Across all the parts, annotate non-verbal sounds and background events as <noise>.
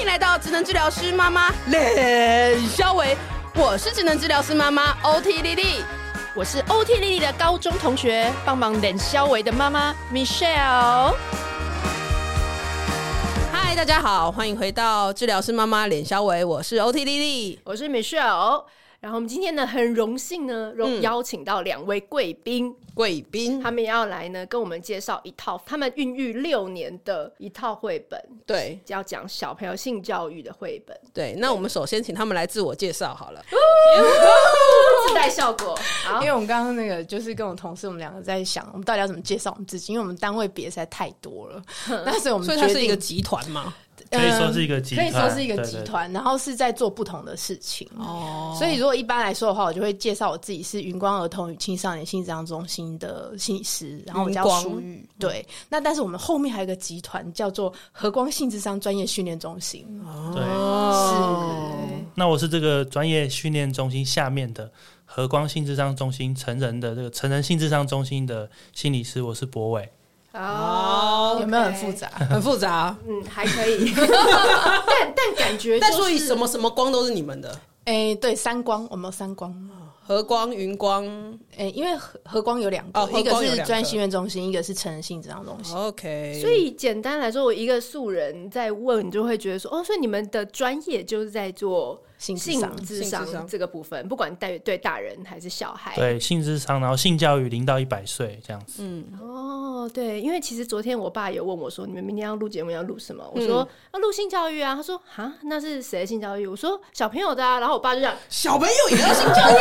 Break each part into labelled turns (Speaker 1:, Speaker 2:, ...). Speaker 1: 迎来到职能治疗师妈妈冷肖维，我是职能治疗师妈哦妈 OT 丽丽。
Speaker 2: 我是 OT 丽丽的高中同学，帮忙冷肖维的妈妈 Michelle。
Speaker 1: 嗨，大家好，欢迎回到治疗师妈妈冷肖维，我是 OT 丽丽。
Speaker 2: 我是 Michelle。然后我们今天呢，很荣幸呢，荣
Speaker 1: 嗯
Speaker 2: 邀请到两位贵宾，
Speaker 1: 贵宾，
Speaker 2: 他们要来呢跟我们介绍一套他们孕育六年的一套绘本，
Speaker 1: 对
Speaker 2: 要讲小朋友性教育的绘本，
Speaker 1: 对，那我们首先请他们来自我介绍好了。
Speaker 2: 自带效果。好
Speaker 3: 因，为我们刚刚那个就是跟我同事，我们两个在想，我们到底要怎么介绍我们自己？因为我们单位别实在太多了，那所以我们
Speaker 1: 所以
Speaker 3: 决
Speaker 1: 它
Speaker 3: 定
Speaker 1: 是一个集团嘛？
Speaker 3: 呃
Speaker 4: 可以说是一个集团
Speaker 3: 可以说是一个集
Speaker 4: 对对
Speaker 3: 团，然后是在做不同的事情。
Speaker 1: 哦，
Speaker 3: 所以，如果一般来说的话，我就会介绍我自己是云光儿童与青少年性障中心的心理师，然后我叫
Speaker 1: 云光嗯
Speaker 3: 舒玉。对，那但是我们后面还有一个集团叫做和光性智商专业训练中心，
Speaker 4: 对，
Speaker 1: 哦
Speaker 3: 是
Speaker 4: 那我是这个专业训练中心下面的和光性智商中心成人的这个成人性智商中心的心理师，我是博伟。
Speaker 2: 哦
Speaker 3: 有没有很复？杂？
Speaker 1: 很复杂。
Speaker 2: OK 嗯，还可
Speaker 3: <laughs>
Speaker 2: 以，但但感觉
Speaker 1: 但
Speaker 2: 就
Speaker 1: 所以
Speaker 2: 是
Speaker 1: 什么什么光都是你们的，
Speaker 3: 哎、对，三光，我们有三光。
Speaker 1: 和光、云光。
Speaker 3: 哎、因为和和光有两个，
Speaker 1: 哦和
Speaker 3: 一
Speaker 1: 光
Speaker 3: 个
Speaker 1: 有
Speaker 3: 是
Speaker 1: 两个
Speaker 3: 专心院中心，一个是成人性质上中心。
Speaker 1: OK，
Speaker 2: 所以简单来说，我一个素人在问，你就会觉得说，哦，所以你们的专业就是在做
Speaker 3: 性智
Speaker 2: 性
Speaker 3: 商
Speaker 2: 智
Speaker 1: 性智商
Speaker 2: 商这个部分，不管对对大人还是小孩。
Speaker 4: 对，性智商，然后性教育零到一百岁这样子。
Speaker 2: 哦，对，因为其实昨天我爸有问我说，你们明天要录节目要录什么？我
Speaker 1: 嗯
Speaker 2: 说要录性教育啊。他说啊，那是谁的性教育？我说小朋友的啊。然后我爸就想，
Speaker 1: 小朋友也要性教育，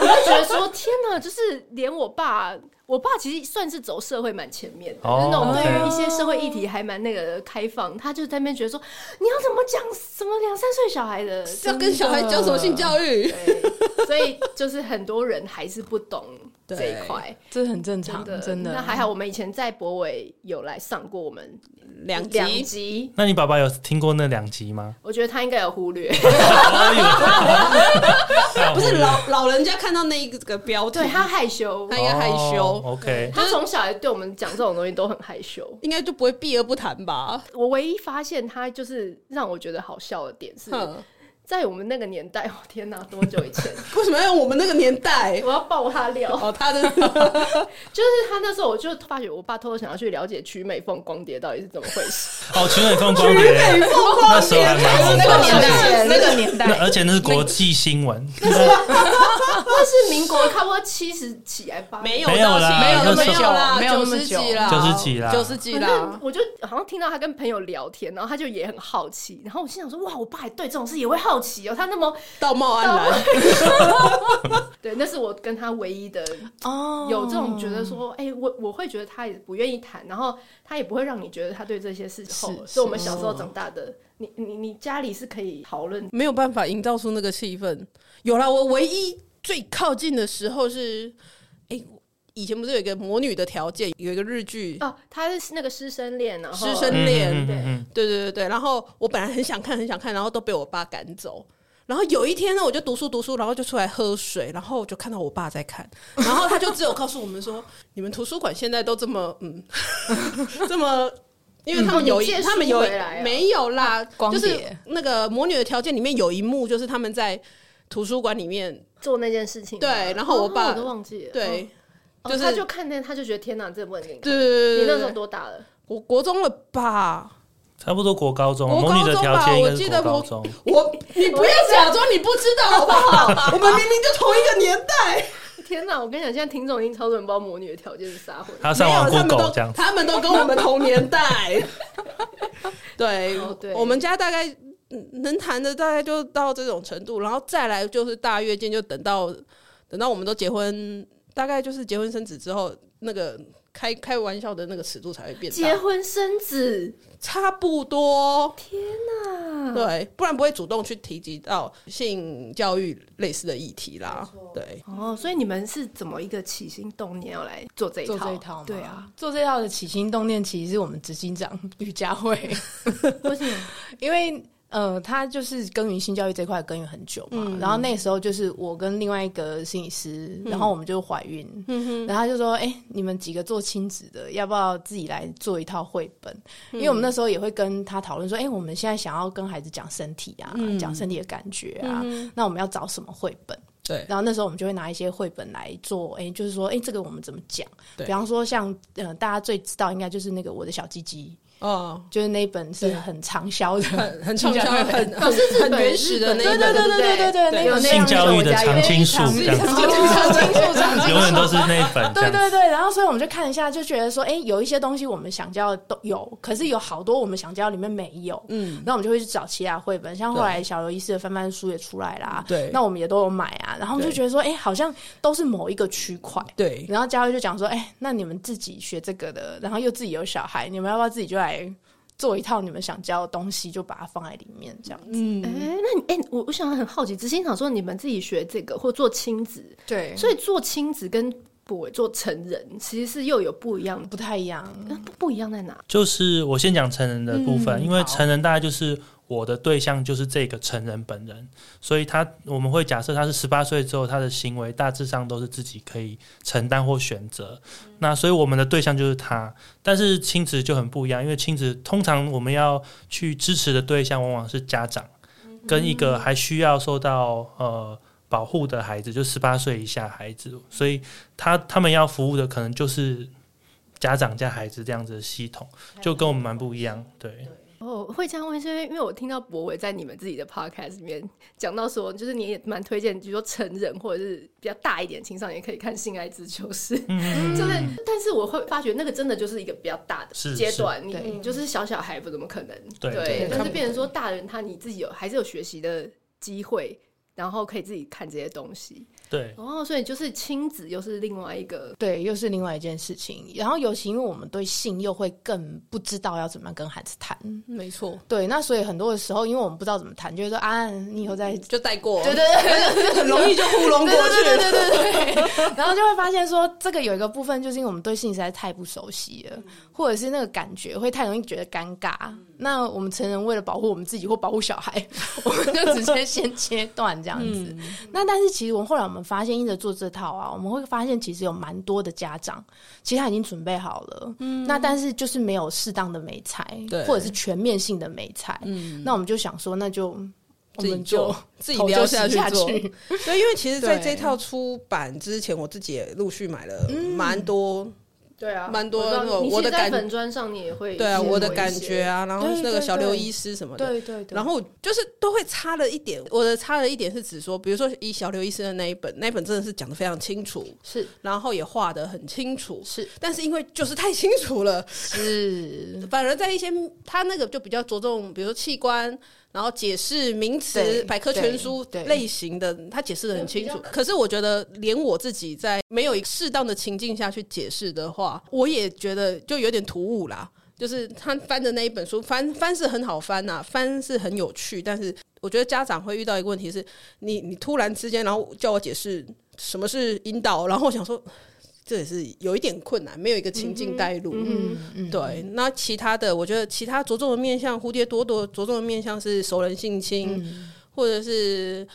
Speaker 2: 我就觉得说，天哪，就是连我爸。我爸其实算是走社会蛮前面的，就是那种
Speaker 4: 哦
Speaker 2: 对
Speaker 4: 对
Speaker 2: 于一些社会议题还蛮那个开放，他就在那边觉得说，你要怎么讲什么两三岁小孩的，
Speaker 1: 要跟小孩教什么性教育？
Speaker 2: 对，所以就是很多人还是不懂这一块，
Speaker 3: 这很正
Speaker 2: 真
Speaker 3: 常，
Speaker 2: 的
Speaker 3: 真的。
Speaker 2: 那还好，我们以前在博伟有来上过我们
Speaker 1: 两
Speaker 2: 两
Speaker 1: 集
Speaker 2: 集，？
Speaker 4: 那你爸爸有听过那两集吗
Speaker 2: <laughs>
Speaker 4: 哎
Speaker 2: 我觉得他应该有
Speaker 1: <laughs>
Speaker 2: 忽略，
Speaker 1: 不是老老人家看到那一个标题，
Speaker 2: 对他害羞，
Speaker 1: 他应该害羞
Speaker 4: 哦 OK，
Speaker 2: 他从小对我们讲这种东西都很害羞。
Speaker 1: 应该就不会避而不谈吧？
Speaker 2: 我唯一发现他就是让我觉得好笑的点是
Speaker 1: 哼，
Speaker 2: 在我们那个年代，哦天哪，多久以前？
Speaker 1: <laughs> 为什么要用我们那个年代？
Speaker 2: 我要爆他料。
Speaker 1: 哦，他的
Speaker 2: 就是他那时候，我就发觉我爸偷偷想要去了解曲美凤光碟到底是怎么回
Speaker 1: <laughs>
Speaker 2: 事。
Speaker 4: 哦，群美凤光碟，那时候还蛮红
Speaker 1: 那
Speaker 4: 的。
Speaker 1: 个年代
Speaker 3: 那个年
Speaker 4: 那
Speaker 3: 代，
Speaker 4: 而且那是国际新闻，
Speaker 2: 那是民国差不多七十起来吧，
Speaker 1: 没有
Speaker 4: 没有啦
Speaker 1: 没有
Speaker 4: 那
Speaker 1: 没
Speaker 4: 时
Speaker 1: 有
Speaker 4: 候
Speaker 1: 啦，
Speaker 3: 没有那么
Speaker 1: 九十
Speaker 3: 久
Speaker 1: 几啦，
Speaker 4: 九十几啦
Speaker 1: 九十几
Speaker 2: 反正
Speaker 1: 啦。
Speaker 2: 我就好像听到他跟朋友聊天，然后他就也很好奇，然后我心想说：哇，我爸也对这种事也会好奇哦，他那么
Speaker 1: 道貌岸然，
Speaker 2: <laughs> 对，那是我跟他唯一的
Speaker 3: 哦
Speaker 2: 有这种觉得说，哎、我我会觉得他也不愿意谈，然后他也不会让你觉得他对这些事后
Speaker 3: 是，
Speaker 2: 所以我们小时候
Speaker 1: 哦
Speaker 2: 长大的，你你你家里是可以讨论
Speaker 1: 没有办法营造出那个气氛。有啦，我唯一最靠近的时候是，哎、以前不是有一个魔女的条件，有一个日剧
Speaker 2: 哦，他是那个师生恋，然后
Speaker 1: 师生
Speaker 4: 嗯
Speaker 1: 恋
Speaker 4: 嗯嗯嗯
Speaker 1: 对对对对，然后我本来很想看很想看，然后都被我爸赶走。然后有一天呢，我就读书读书，然后就出来喝水，然后我就看到我爸在看，然后他就只有告诉我们说，你们图书馆现在都这么嗯， <laughs> 这么。因为他们有一，
Speaker 2: 哦你借书
Speaker 1: 他们有一
Speaker 2: 回来啊
Speaker 1: 没有啦？
Speaker 3: 光
Speaker 1: 就
Speaker 3: 碟
Speaker 1: 是那个《魔女的条件》里面有一幕，就是他们在图书馆里面，
Speaker 2: 做那件事情吗，
Speaker 1: 对然后我爸
Speaker 2: 哦我都忘记了，
Speaker 1: 对，
Speaker 2: 哦，
Speaker 1: 就是
Speaker 2: 他就看那，他就觉得天哪，这不能给你
Speaker 1: 对
Speaker 2: 看
Speaker 1: 对
Speaker 2: 你
Speaker 1: 对
Speaker 2: 那
Speaker 1: 对
Speaker 2: 时候
Speaker 1: 对，
Speaker 2: 多大了？ <laughs>
Speaker 1: 我国中了吧？
Speaker 4: 差不多国高中，
Speaker 1: 国高
Speaker 4: 魔女的
Speaker 1: 中吧
Speaker 4: 条件应
Speaker 1: 我
Speaker 4: 该
Speaker 1: 记
Speaker 4: 是
Speaker 1: 得
Speaker 4: 国
Speaker 1: 我
Speaker 4: 高中。
Speaker 1: 我你不要假装你不知道好不好？ <laughs> 我们明明就同一个年代。
Speaker 2: 天哪！我跟你讲，现在听众已经超多人不知道魔女的条件是啥
Speaker 1: <laughs>
Speaker 2: 混。
Speaker 4: 他上网
Speaker 1: 没有他们
Speaker 4: Google
Speaker 1: 都
Speaker 4: 这样子，
Speaker 1: 他们都跟我们同年
Speaker 2: <laughs>
Speaker 1: 代。对，
Speaker 2: 哦对
Speaker 1: 我们家大概嗯能谈的大概就到这种程度，然后再来就是大跃进，就等到等到我们都结婚，大概就是结婚生子之后，那个开开玩笑的那个尺度才会变
Speaker 2: 结
Speaker 1: 大，
Speaker 2: 婚生子，
Speaker 1: 差不多。
Speaker 2: 啊
Speaker 1: 对，不然不会主动去提及到性教育类似的议题啦。对，
Speaker 2: 哦，所以你们是怎么一个起心动念要来做这一套？
Speaker 3: 做这一套吗？
Speaker 2: 对啊，，
Speaker 3: 做这一 <laughs> 套的起心动念其实是我们执行长吕佳慧，
Speaker 2: 为什么？
Speaker 3: 因为呃，他就是耕耘性教育这块耕耘很久嘛。然后那时候就是我跟另外一个心理师，然后我们就怀孕，然后他就说：“哎、你们几个做亲子的，要不要自己来做一套绘本？”因为我们那时候也会跟他讨论说：“哎、我们现在想要跟孩子讲身体啊，讲、身体的感觉啊，那我们要找什么绘本？”
Speaker 1: 对，
Speaker 3: 然后那时候我们就会拿一些绘本来做，哎、就是说，哎、这个我们怎么讲？
Speaker 1: 对
Speaker 3: 比方说像，呃，大家最知道应该就是那个我的小鸡鸡，
Speaker 1: 哦，
Speaker 3: 就是那一本是很畅销的，
Speaker 1: 很很畅销，很
Speaker 2: 哦是日
Speaker 1: 很
Speaker 2: 本
Speaker 1: 原始的那
Speaker 2: 日
Speaker 1: 一
Speaker 2: 本
Speaker 1: 本，
Speaker 2: 的对对对对
Speaker 3: 对
Speaker 1: 对
Speaker 3: 那有那
Speaker 4: 性教育的常青树
Speaker 3: 常青
Speaker 4: 这样子，
Speaker 3: 常青树，常青
Speaker 4: 永远
Speaker 3: 树。
Speaker 4: 都是那一本这
Speaker 3: <laughs> 对
Speaker 4: 样子。
Speaker 3: 对对，然后所以我们就看一下，就觉得说，哎，有一些东西我们想教都有，可是有好多我们想教里面没有，嗯，那我们就会去找其他绘本，像后来小游医师的翻翻书也出来啦，
Speaker 1: 对
Speaker 3: 那我们也都有买啊，然后我们就
Speaker 1: 对
Speaker 3: 觉得说，哎，好像都是某一个区块，
Speaker 1: 对
Speaker 3: 然后佳慧就讲说：“哎、那你们自己学这个的，然后又自己有小孩，你们要不要自己就来做一套你们想教的东西，就把它放在里面这样子？”嗯，
Speaker 2: 哎、那你哎、我我想很好奇，执行长说你们自己学这个或做亲子，
Speaker 3: 对所
Speaker 2: 所以做亲子跟我做成人其实是又有不一样
Speaker 3: 以
Speaker 2: 的，
Speaker 3: 不太一样。
Speaker 2: 那不不一样在哪？
Speaker 4: 就是我先讲成人的部分，
Speaker 3: 嗯
Speaker 4: 因为成人大概就是我的对象就是这个成人本人，所以他我们会假设他是十八岁之后，他的行为大致上都是自己可以承担或选择。那所以我们的对象就是他，但是亲子就很不一样，因为亲子通常我们要去支持的对象往往是家长，跟一个还需要受到呃。保护的孩子就十八岁以下孩子，所以他他们要服务的可能就是家长加孩子这样子的系统。就跟我们蛮不一样。对，
Speaker 2: 哦，会这样问是因为因为我听到博伟在你们自己的 podcast 里面讲到说，就是你也蛮推荐，比如说成人或者是比较大一点青少年可以看《性爱自修室》
Speaker 4: 嗯
Speaker 2: 就是但是我会发觉那个真的就是一个比较大的
Speaker 4: 是
Speaker 2: 阶段，你
Speaker 3: 对
Speaker 2: 你就是小小孩不怎么可能
Speaker 4: 对
Speaker 2: 对
Speaker 4: 对，
Speaker 2: 但是变成说大人他你自己有还是有学习的机会，然后可以自己看这些东西，
Speaker 4: 对，
Speaker 2: 哦，所以就是亲子又是另外一个
Speaker 3: 对，又是另外一件事情。然后尤其因为我们对性又会更不知道要怎么样跟孩子谈。
Speaker 1: 没错，
Speaker 3: 对，那所以很多的时候，因为我们不知道怎么谈，就会说啊，你以后再
Speaker 1: 就带过，
Speaker 3: 对对对对，
Speaker 1: 很容易就糊弄过去，
Speaker 3: 对对对对对， <laughs> 然后就会发现说，这个有一个部分就是因为我们对性实在太不熟悉
Speaker 1: 嗯
Speaker 3: 了，或者是那个感觉会太容易觉得尴尬。那我们成人为了保护我们自己或保护小孩， <laughs> 我们就直接先切断这样子。
Speaker 1: 嗯
Speaker 3: 那但是其实我们后来我们发现，一直做这套啊，我们会发现其实有蛮多的家长，其实他已经准备好了，那但是就是没有适当的美材
Speaker 1: 嗯对，嗯
Speaker 3: 或者是全面性的美材。那我们就想说，那就。我
Speaker 1: 自己
Speaker 3: 们就
Speaker 1: 做自己
Speaker 3: 头
Speaker 1: 撩
Speaker 3: 就
Speaker 1: 下
Speaker 3: 洗
Speaker 1: 去
Speaker 3: 下
Speaker 1: 做
Speaker 3: 去，
Speaker 1: 对，因为其实在
Speaker 3: 对
Speaker 1: 这套出版之前，我自己也陆续买了蛮多，
Speaker 2: 对啊
Speaker 1: 蛮多那种
Speaker 2: 你
Speaker 1: 我的
Speaker 2: 是在
Speaker 1: 感
Speaker 2: 粉砖上你也会
Speaker 1: 对啊，
Speaker 2: 写
Speaker 1: 我的
Speaker 2: 过一
Speaker 1: 感
Speaker 2: 些
Speaker 1: 觉啊，然后
Speaker 3: 对
Speaker 1: 那个
Speaker 3: 对
Speaker 1: 小刘
Speaker 3: 对
Speaker 1: 医师什么的，
Speaker 3: 对对对，
Speaker 1: 然后就是都会差了一点。我的差了一点是指说，比如说以小刘医师的那一本，那一本真的是讲的非常清楚，
Speaker 3: 是
Speaker 1: 然后也画的很清楚，
Speaker 3: 是
Speaker 1: 但是因为就是太清楚了，
Speaker 3: 是，
Speaker 1: 反而在一些他那个就比较着重，比如说器官，然后解释名词
Speaker 3: 对、
Speaker 1: 百科全书
Speaker 3: 对对
Speaker 1: 类型的，他解释的很清楚。可是我觉得，连我自己在没有一个适当的情境下去解释的话，我也觉得就有点突兀啦。就是他翻的那一本书，翻翻是很好翻呐、啊翻是很有趣，但是我觉得家长会遇到一个问题是，你你突然之间，然后叫我解释什么是引导，然后我想说。这也是有一点困难，没有一个情境带入。
Speaker 3: 嗯嗯，
Speaker 1: 对，那其他的，我觉得其他着重的面向，蝴蝶朵朵着重的面向是熟人性侵，
Speaker 3: 嗯
Speaker 1: 或者是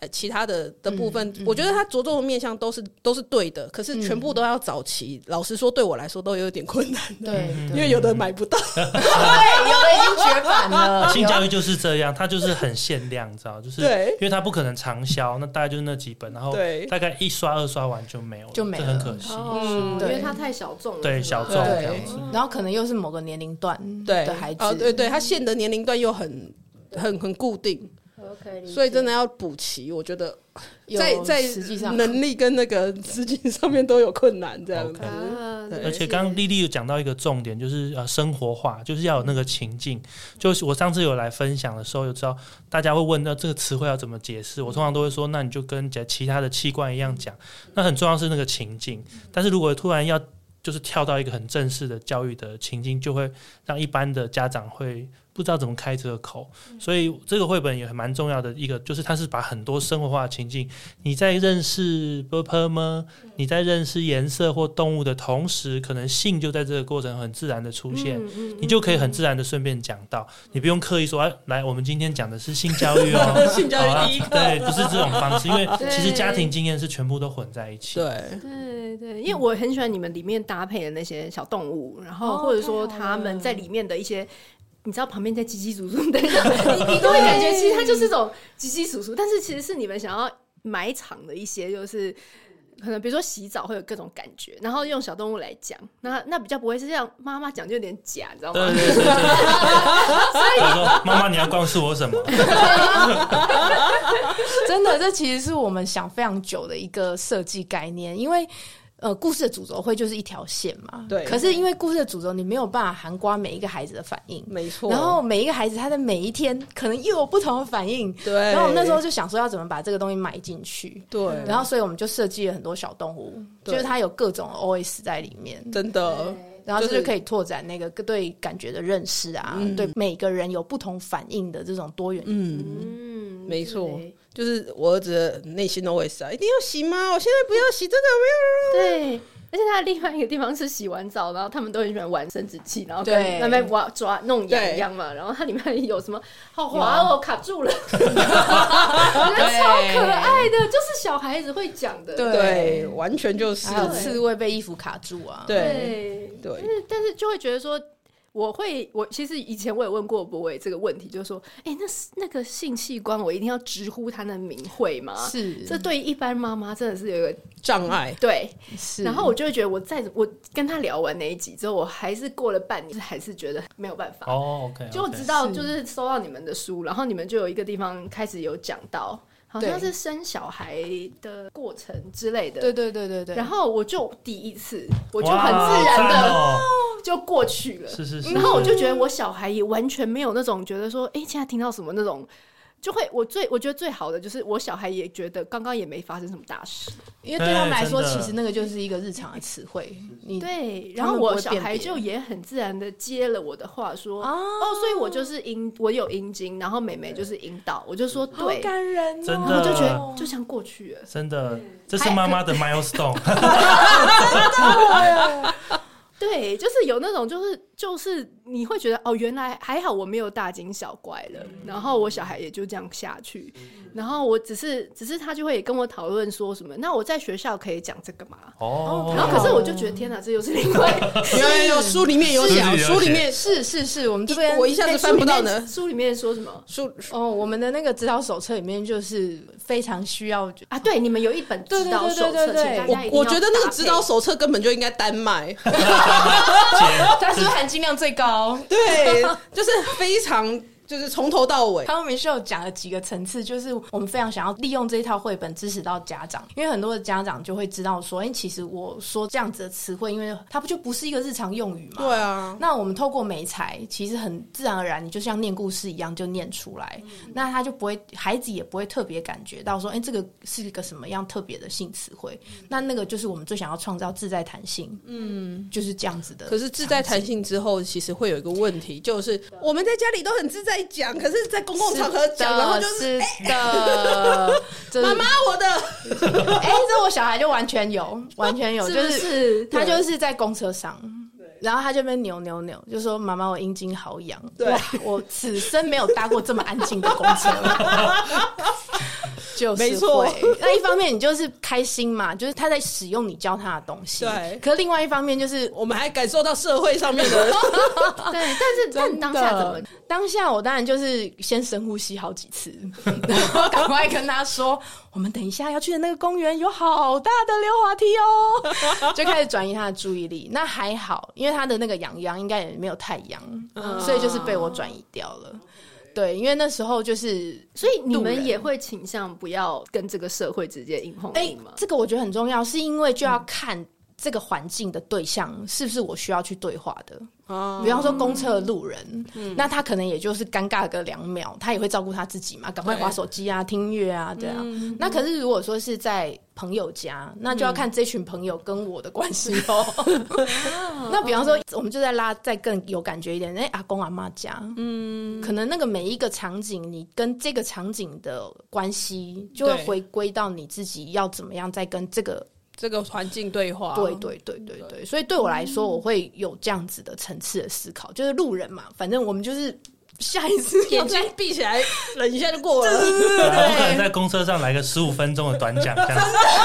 Speaker 1: 呃其他的的部分，
Speaker 3: 嗯
Speaker 1: 我觉得他着重的面向都是都是对的，可是全部都要找齐。老实说，对我来说都有点困难的，
Speaker 3: 对，
Speaker 1: 因为有的买不到。
Speaker 3: 对有的已经绝版了，
Speaker 1: <laughs>
Speaker 4: 性教育就是这样，它就是很限量，你知道，就是
Speaker 1: 对
Speaker 4: 因为它不可能长销，那大概就是那几本，然后
Speaker 1: 对
Speaker 4: 大概一刷二刷完就没有了，
Speaker 3: 就没
Speaker 4: 这
Speaker 3: 了
Speaker 4: 很可惜。
Speaker 2: 哦，因
Speaker 3: 对
Speaker 2: 为它太小众了，
Speaker 4: 对
Speaker 2: 是吗
Speaker 4: 小众
Speaker 3: 对
Speaker 4: 这样子
Speaker 3: <laughs> 然后可能又是某个年龄段
Speaker 1: 对
Speaker 3: 的孩子，
Speaker 1: 哦，对对，他限的年龄段又很很很固定，
Speaker 2: OK，
Speaker 1: 所以真的要补齐。我觉得
Speaker 3: 有
Speaker 1: 在在
Speaker 3: 实际上 <laughs>
Speaker 1: 能力跟那个资金上面都有困难，这样子。
Speaker 4: OK
Speaker 2: 啊，
Speaker 1: 对
Speaker 4: 而且刚刚丽丽有讲到一个重点，就是呃生活化，就是要有那个情境。就是我上次有来分享的时候，有知道大家会问那这个词汇要怎么解释，我通常都会说，那你就跟其其他的器官一样讲。那很重要是那个情境，但是如果突然要就是跳到一个很正式的教育的情境，就会让一般的家长会不知道怎么开这个口，
Speaker 1: 嗯
Speaker 4: 所以这个绘本也很蛮重要的一个，就是它是把很多生活化的情境，你在认识 b p 吗？
Speaker 1: 嗯
Speaker 4: 你在认识颜色或动物的同时，可能性就在这个过程很自然的出
Speaker 2: 嗯
Speaker 4: 现，
Speaker 1: 嗯
Speaker 4: 你就可以很自然的顺便讲到，你不用刻意说，哎、来，我们今天讲的是性教
Speaker 1: <laughs>
Speaker 4: 育哦，
Speaker 1: 性教
Speaker 4: 好
Speaker 1: 育
Speaker 4: 啦
Speaker 1: 第一课，
Speaker 4: 对，不是这种方式，因
Speaker 1: <laughs>
Speaker 4: 为
Speaker 2: 对
Speaker 4: 其实家庭经验是全部都混在一起。
Speaker 1: 对，
Speaker 2: 对对，
Speaker 1: 嗯
Speaker 2: 因为我很喜欢你们里面搭配的那些小动物，然后
Speaker 3: 哦
Speaker 2: 或者说
Speaker 3: 太好
Speaker 2: 他们
Speaker 3: 了
Speaker 2: 在里面的一些，你知道旁边在叽叽数数的，你你都会感觉其实它就是一种叽叽数数，但是其实是你们想要埋藏的一些，就是可能比如说洗澡会有各种感觉，然后用小动物来讲，那那比较不会是像妈妈讲就有点假，你知道吗？
Speaker 4: 对对
Speaker 1: <laughs>
Speaker 4: 对对对，所以说妈妈，你要告诉我什么？
Speaker 3: 真的，这其实是我们想非常久的一个设计概念，因为。呃，故事的主轴会就是一条线嘛，
Speaker 1: 对
Speaker 3: 可是因为故事的主轴，你没有办法涵盖每一个孩子的反应，
Speaker 1: 没错。
Speaker 3: 然后每一个孩子他的每一天可能又有不同的反应，
Speaker 1: 对，
Speaker 3: 然后我们那时候就想说要怎么把这个东西买进去，
Speaker 1: 对，
Speaker 3: 然后所以我们就设计了很多小动物，
Speaker 1: 对
Speaker 3: 就是它有各种 OS 在里面，
Speaker 1: 真的
Speaker 3: 然后这
Speaker 1: 就
Speaker 3: 就是可以拓展那个对感觉的认识啊，
Speaker 1: 嗯
Speaker 3: 对每个人有不同反应的这种多元。
Speaker 1: 嗯。
Speaker 2: 嗯
Speaker 1: 没错
Speaker 2: 对
Speaker 1: 就是我儿子的内心 OS 啊，一定要洗吗？我现在不要洗这个，
Speaker 2: <laughs> 对，而且它的另外一个地方是洗完澡，然后他们都很喜欢玩生殖器，然后跟
Speaker 3: 对
Speaker 2: 那边挖抓弄痒
Speaker 1: 对
Speaker 2: 痒嘛，然后它里面有什么好滑
Speaker 3: 啊
Speaker 2: 哦，卡住
Speaker 3: <laughs>
Speaker 2: 了，我觉得
Speaker 1: 对
Speaker 2: 超可爱的，就是小孩子会讲的，
Speaker 3: 对
Speaker 1: 对，完全就是
Speaker 3: 还有刺猬被衣服卡住啊，
Speaker 1: 对
Speaker 2: 对，
Speaker 1: 对
Speaker 2: 但是但是就会觉得说。我会，我其实以前我也问过博伟这个问题，就是说，哎、那是那个性器官，我一定要直呼他的名讳吗？
Speaker 3: 是
Speaker 2: 这对一般妈妈真的是有一个
Speaker 1: 障 <laughs> 碍，
Speaker 2: 对，
Speaker 3: 是。
Speaker 2: 然后我就会觉得，我再怎我跟他聊完那一集之后，我还是过了半年，还是觉得没有办法。
Speaker 4: 哦，OK，
Speaker 2: 就我直到就是收到你们的书，然后你们就有一个地方开始有讲到，好像
Speaker 3: 对
Speaker 2: 是生小孩的过程之类的。
Speaker 3: 对对对对对，
Speaker 2: 然后我就第一次，我就很自然的就过去了。
Speaker 4: 哦是是哦是。
Speaker 2: 然后我就
Speaker 3: 嗯
Speaker 2: 觉得我小孩也完全没有那种觉得说，哎、现在听到什么那种。就会，我最我觉得最好的就是我小孩也觉得刚刚也没发生什么大事，
Speaker 3: 因为对他们来说，
Speaker 4: 哎真的
Speaker 3: 其实那个就是一个日常的词汇。你
Speaker 2: 对，
Speaker 3: 他
Speaker 2: 然后
Speaker 3: 们不
Speaker 2: 我
Speaker 3: 会
Speaker 2: 小
Speaker 3: 辨
Speaker 2: 孩
Speaker 3: 别
Speaker 2: 就也很自然的接了我的话说，
Speaker 3: 啊
Speaker 2: 哦，所以我就是阴，我有阴茎，然后妹妹就是阴道，我就说
Speaker 3: 好
Speaker 2: 对，
Speaker 3: 感人哦，
Speaker 4: 真
Speaker 2: 然
Speaker 4: 的
Speaker 2: 后就觉得就像过去了，
Speaker 4: 真的，这是妈妈的 milestone，
Speaker 2: 对，就是有那种就是就是你会觉得哦，原来还好我没有大惊小怪了，然后我小孩也就这样下去，然后我只是只是他就会跟我讨论说什么，那我在学校可以讲这个吗？
Speaker 4: <laughs> 哦。
Speaker 2: 然后可是我就觉得天哪，这又是另外
Speaker 3: <laughs>
Speaker 1: 有有有，书里面有讲，
Speaker 4: 是
Speaker 1: 书里面
Speaker 3: 是是是，我们这边
Speaker 1: 我一下子翻不到
Speaker 2: 呢。
Speaker 1: 呢，
Speaker 2: 书里面说什么
Speaker 1: 书
Speaker 3: 哦，我们的那个指导手册里面就是非常需要
Speaker 2: 啊？对，你们有一本指导手册，
Speaker 3: 对对对对
Speaker 2: 请
Speaker 3: 对
Speaker 2: 大家一定要
Speaker 1: 我我觉得那
Speaker 2: 搭
Speaker 1: 个
Speaker 2: 配
Speaker 1: 指导手册根本就应该单 <laughs> 卖，
Speaker 4: 姐，
Speaker 3: 它是不是含金量最高？
Speaker 1: 对，就是非常就是从头到 <laughs> 尾，
Speaker 3: 他们是有讲了几个层次，就是我们非常想要利用这一套绘本支持到家长，因为很多的家长就会知道说，哎、其实我说这样子的词汇，因为它不就不是一个日常用语嘛。
Speaker 1: 对啊，
Speaker 3: 那我们透过美才，其实很自然而然，你就像念故事一样就念出来，
Speaker 1: 嗯
Speaker 3: 那他就不会，孩子也不会特别感觉到说，哎、这个是一个什么样特别的性词汇。
Speaker 1: 嗯
Speaker 3: 那那个就是我们最想要创造自在弹性，嗯，就是这样子的。
Speaker 1: 可是自在弹性之后，其实会有一个问题，就是我们在家里都很自在讲，可是，在公共场合讲，然后啊就是
Speaker 3: 是 <laughs> 的，这
Speaker 1: 妈妈我的，
Speaker 3: 哎、这我小孩就完全有，完全有，
Speaker 2: 是
Speaker 3: 就
Speaker 2: 不是
Speaker 3: 他
Speaker 2: 对
Speaker 3: 就是在公车上，然后他就被扭扭扭，就说妈妈我阴茎好痒，
Speaker 1: 对
Speaker 3: 哇，我此生没有搭过这么安静的公车。就是
Speaker 1: 没错
Speaker 3: 会那一方面你就是开心嘛，就是他在使用你教他的东西。
Speaker 1: 对
Speaker 3: 可另外一方面就是
Speaker 1: 我们还感受到社会上面的， <laughs>
Speaker 2: 对，但是但当下怎么
Speaker 3: 真的？当下我当然就是先深呼吸好几次， <laughs> 然后赶快跟他说，我们等一下要去的那个公园有好大的溜滑梯哦， <laughs> 就开始转移他的注意力。那还好，因为他的那个痒痒应该也没有太痒，所以就是被我转移掉了。对，因为那时候就是
Speaker 2: 所以你
Speaker 3: 路人
Speaker 2: 们也会倾向不要跟这个社会直接硬碰
Speaker 3: 哎、
Speaker 2: 硬吗？
Speaker 3: 这个我觉得很重要，是因为就要看这个环境的对象是不是我需要去对话的。
Speaker 1: 啊
Speaker 3: 比方说公车的路人，那他可能也就是尴尬个两秒，他也会照顾他自己嘛，赶快划手机啊、听音乐啊，对啊。那可是如果说是在朋友家，那就要看这群朋友跟我的关系哦。那比方说，我们就在拉再更有感觉一点，哎、阿公阿妈家，嗯，可能那个每一个场景，你跟这个场景的关系，就会
Speaker 1: 对
Speaker 3: 回归到你自己要怎么样再跟这个
Speaker 1: 这个环境对话，
Speaker 3: 对对对对对，所以对我来说，我会有这样子的层次的思考，就是路人嘛，反正我们就是 <laughs> 下一次要
Speaker 1: 眼
Speaker 3: 再
Speaker 1: 睛闭起来，忍一下就过了。
Speaker 4: 对啊，我可能在公车上来个十五分钟的短讲，这样子。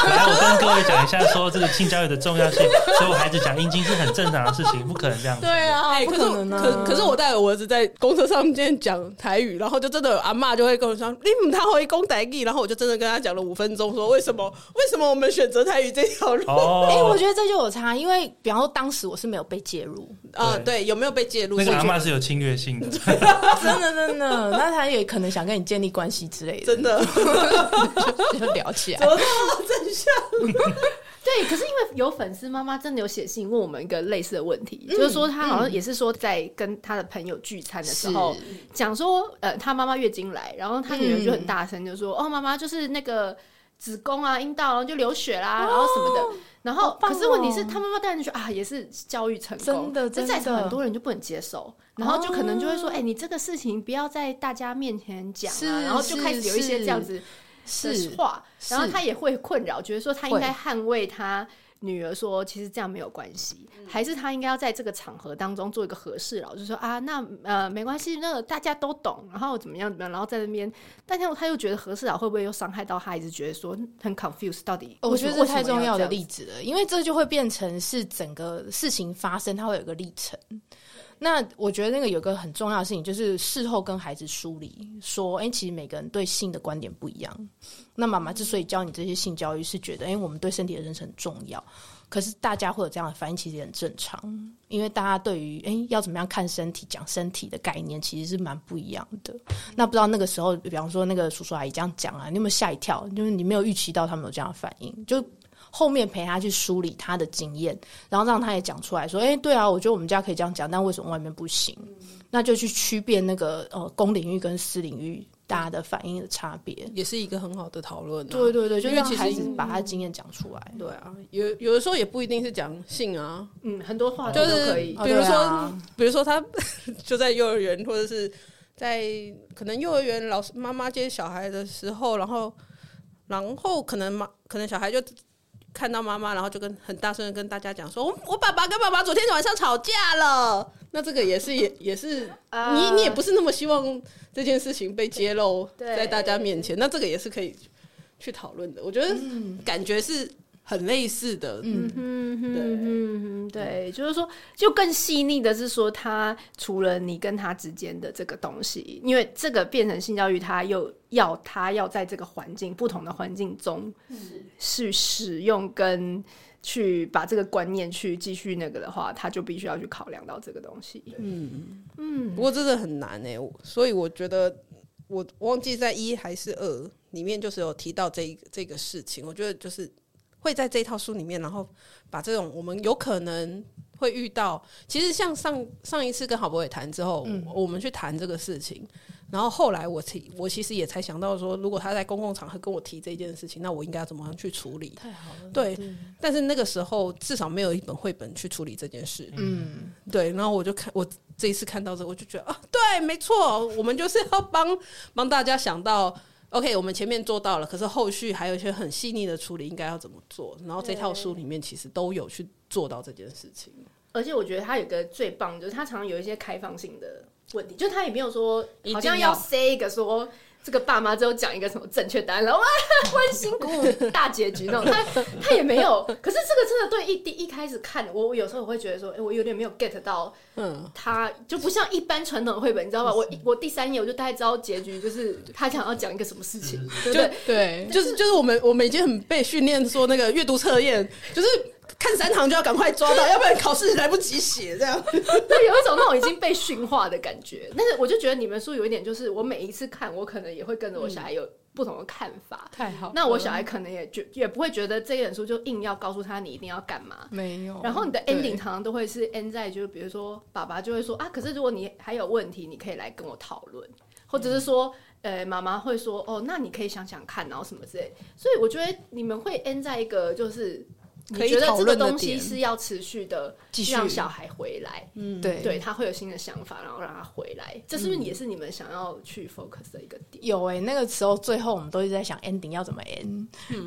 Speaker 4: 来，我跟各位讲一下，说这个性教育的重要性。所有孩子讲阴茎是很正常的事情，不可能这样子。
Speaker 1: 对啊， <laughs> 哎
Speaker 3: 不
Speaker 1: 可是
Speaker 3: 可
Speaker 1: 我
Speaker 3: 能啊
Speaker 1: 可可是我带我儿子在公车上面讲台语，然后就真的有阿嬷就会跟我说：“你母他会讲台语。”然后我就真的跟他讲了五分钟，说为什么为什么我们选择台语这条路
Speaker 4: 哦，
Speaker 3: 哎、我觉得这就有差，因为比方说当时我是没有被介
Speaker 1: <laughs>
Speaker 3: 入，
Speaker 1: 啊？对，有没有被介入？
Speaker 4: 那个
Speaker 1: 我
Speaker 4: 阿
Speaker 1: 觉得
Speaker 4: 嬷是有侵略性的， <laughs>
Speaker 3: 真的真的，那他也可能想跟你建立关系之类的，
Speaker 1: 真 <laughs> 的
Speaker 3: 就聊
Speaker 1: <laughs>
Speaker 3: 起来
Speaker 1: 怎。么那么正向？
Speaker 2: 对，可是因为有粉丝妈妈真的有写信问我们一个类似的问题，就是说她好像也是说在跟她的朋友聚餐的时候
Speaker 3: 是
Speaker 2: 讲说，呃，她妈妈月经来，然后她女儿就很大声就说，
Speaker 3: 嗯
Speaker 2: 哦，妈妈就是那个子宫啊、阴道，然后就流血啦，然后什么的。然后，
Speaker 3: 哦棒
Speaker 2: 可是问题是，
Speaker 3: 哦
Speaker 2: 她妈妈当然觉得啊，也是教育成功，
Speaker 3: 真的
Speaker 2: 这
Speaker 3: 真
Speaker 2: 在场很
Speaker 3: 的
Speaker 2: 多人就不能接受，然后就可能就会说，哎、你这个事情不要在大家面前讲
Speaker 3: 是
Speaker 2: 啊，然后就是开始有一些这样
Speaker 3: 是
Speaker 2: 子
Speaker 3: 是
Speaker 2: 的话，
Speaker 3: 是
Speaker 2: 然后他也会困扰，觉得说他应
Speaker 3: 会
Speaker 2: 该捍卫他女儿说，其实这样没有关系，
Speaker 3: 嗯
Speaker 2: 还是他应该要在这个场合当中做一个和事佬，就说啊，那呃没关系，那个大家都懂，然后怎么样怎么样，然后在那边，但他又他又觉得和事佬会不会又伤害到他，一直觉得说很 confused，到底
Speaker 3: 哦我觉得这太重要的
Speaker 2: 例
Speaker 3: 例子了，因为这就会变成是整个事情发生，它会有个历程。那我觉得那个有个很重要的事情，就是事后跟孩子梳理，说，哎、其实每个人对性的观点不一样。那妈妈之所以教你这些性教育，是觉得，哎、我们对身体的认识很重要。可是大家会有这样的反应，其实也很正常，因为大家对于哎、要怎么样看身体、讲身体的概念，其实是蛮不一样的。那不知道那个时候，比方说那个叔叔阿姨这样讲啊，你有没有吓一跳？就是你没有预期到他们有这样的反应，就后面陪他去梳理他的经验，然后让他也讲出来说：“哎、对啊，我觉得我们家可以这样讲，但为什么外面不行？”那就去区别那个呃公领域跟私领域大家的反应的差别。
Speaker 1: 也是一个很好的讨论、啊。
Speaker 3: 对对对，就
Speaker 1: 因为
Speaker 3: 让
Speaker 1: 其实
Speaker 3: 孩子把他的经验讲出来。
Speaker 1: 对啊，有有的时候也不一定是讲性啊，
Speaker 2: 嗯，很多话题
Speaker 1: 就
Speaker 2: 都
Speaker 1: 是
Speaker 2: 可以。
Speaker 1: 比如
Speaker 3: 哦对
Speaker 1: 说，
Speaker 3: 啊
Speaker 1: 比如说他 <laughs> 就在幼儿园，或者是在可能幼儿园老师妈妈接小孩的时候，然后然后可能妈可能小孩就。看到妈妈，然后就跟很大声的跟大家讲说：“我我爸爸跟妈妈昨天晚上吵架了。”那这个也是也也是
Speaker 2: 啊
Speaker 1: 你你也不是那么希望这件事情被揭露
Speaker 2: 对
Speaker 1: 在大家面前，那这个也是可以去讨论的。我觉得感觉是很类似的，
Speaker 2: 嗯哼哼哼哼，对，就是说，就更细腻的是说，他除了你跟他之间的这个东西，因为这个变成性教育，他又要他要在这个环境不同的环境中去使用跟去把这个观念去继续那个的话，他就必须要去考量到这个东西。
Speaker 3: 嗯
Speaker 1: 不过真的很难哎、我所以我觉得我忘记在一还是二里面就是有提到这一这个事情，我觉得就是会在这一套书里面，然后把这种我们有可能会遇到，其实像上上一次跟郝博伟谈之后，
Speaker 3: 嗯
Speaker 1: 我们去谈这个事情，然后后来我提我其实也才想到说，如果他在公共场合跟我提这件事情，那我应该要怎么样去处理？
Speaker 3: 太好了，嗯
Speaker 1: 对，但是那个时候至少没有一本绘本去处理这件事。嗯，对。然后我就看我这一次看到这个，我就觉得啊，对，没错，我们就是 <laughs> 要帮帮大家想到，OK，我们前面做到了，可是后续还有一些很细腻的处理应该要怎么做。然后这套书里面其实都有去做到这件事情。
Speaker 2: 而且我觉得他有个最棒，就是他常常有一些开放性的问题，就是他也没有说
Speaker 1: 一定
Speaker 2: 好像
Speaker 1: 要
Speaker 2: 要 say 一个说这个爸妈之后讲一个什么正确答案，然后哇 <laughs> 欢欣鼓舞大结局那种，他他也没
Speaker 1: <laughs>
Speaker 2: 有。可是这个真的对一第一开始看我，我有时候我会觉得说，哎、我有点没有 get 到
Speaker 1: 嗯，
Speaker 2: 他，就不像一般传统的绘本，你知道吧？我我第三页我就大概知道结局，就是他想要讲一个什么事情，
Speaker 1: 就
Speaker 2: 对
Speaker 3: 对
Speaker 1: 就是就是我们我们已经很被训练说那个阅读测验就是。看三堂就要赶快抓到，要不然考试来不及写。这样，
Speaker 2: <laughs> 对，有一种那种已经被驯化的感觉。但是我就觉得你们书有一点，就是我每一次看，我可能也会跟着我小孩有不同的看法。
Speaker 3: 太
Speaker 1: 嗯
Speaker 3: 好了。
Speaker 2: 那我小孩可能也觉也不会觉得这一本书就硬要告诉他你一定要干嘛。
Speaker 3: 没有，
Speaker 2: 然后你的
Speaker 3: 对
Speaker 2: ending 常常都会是 end 在，就是比如说爸爸就会说啊，可是如果你还有问题，你可以来跟我讨论，或者是说，呃，妈妈会说哦，那你可以想想看，然后什么之类。所以我觉得你们会 end 在一个就是。你
Speaker 1: 可以
Speaker 2: 觉得
Speaker 1: 讨
Speaker 2: 这个
Speaker 1: 论的
Speaker 2: 东西
Speaker 1: 点
Speaker 2: 是要持续的
Speaker 3: 继续
Speaker 2: 让小孩回来，
Speaker 1: 嗯，
Speaker 3: 对
Speaker 2: 对他会有新的想法，然后让他回来。这是不是也是你们想要去
Speaker 3: 嗯
Speaker 2: focus 的一个点？
Speaker 3: 有哎、那个时候最后我们都一直在想 ending 要怎么 end，、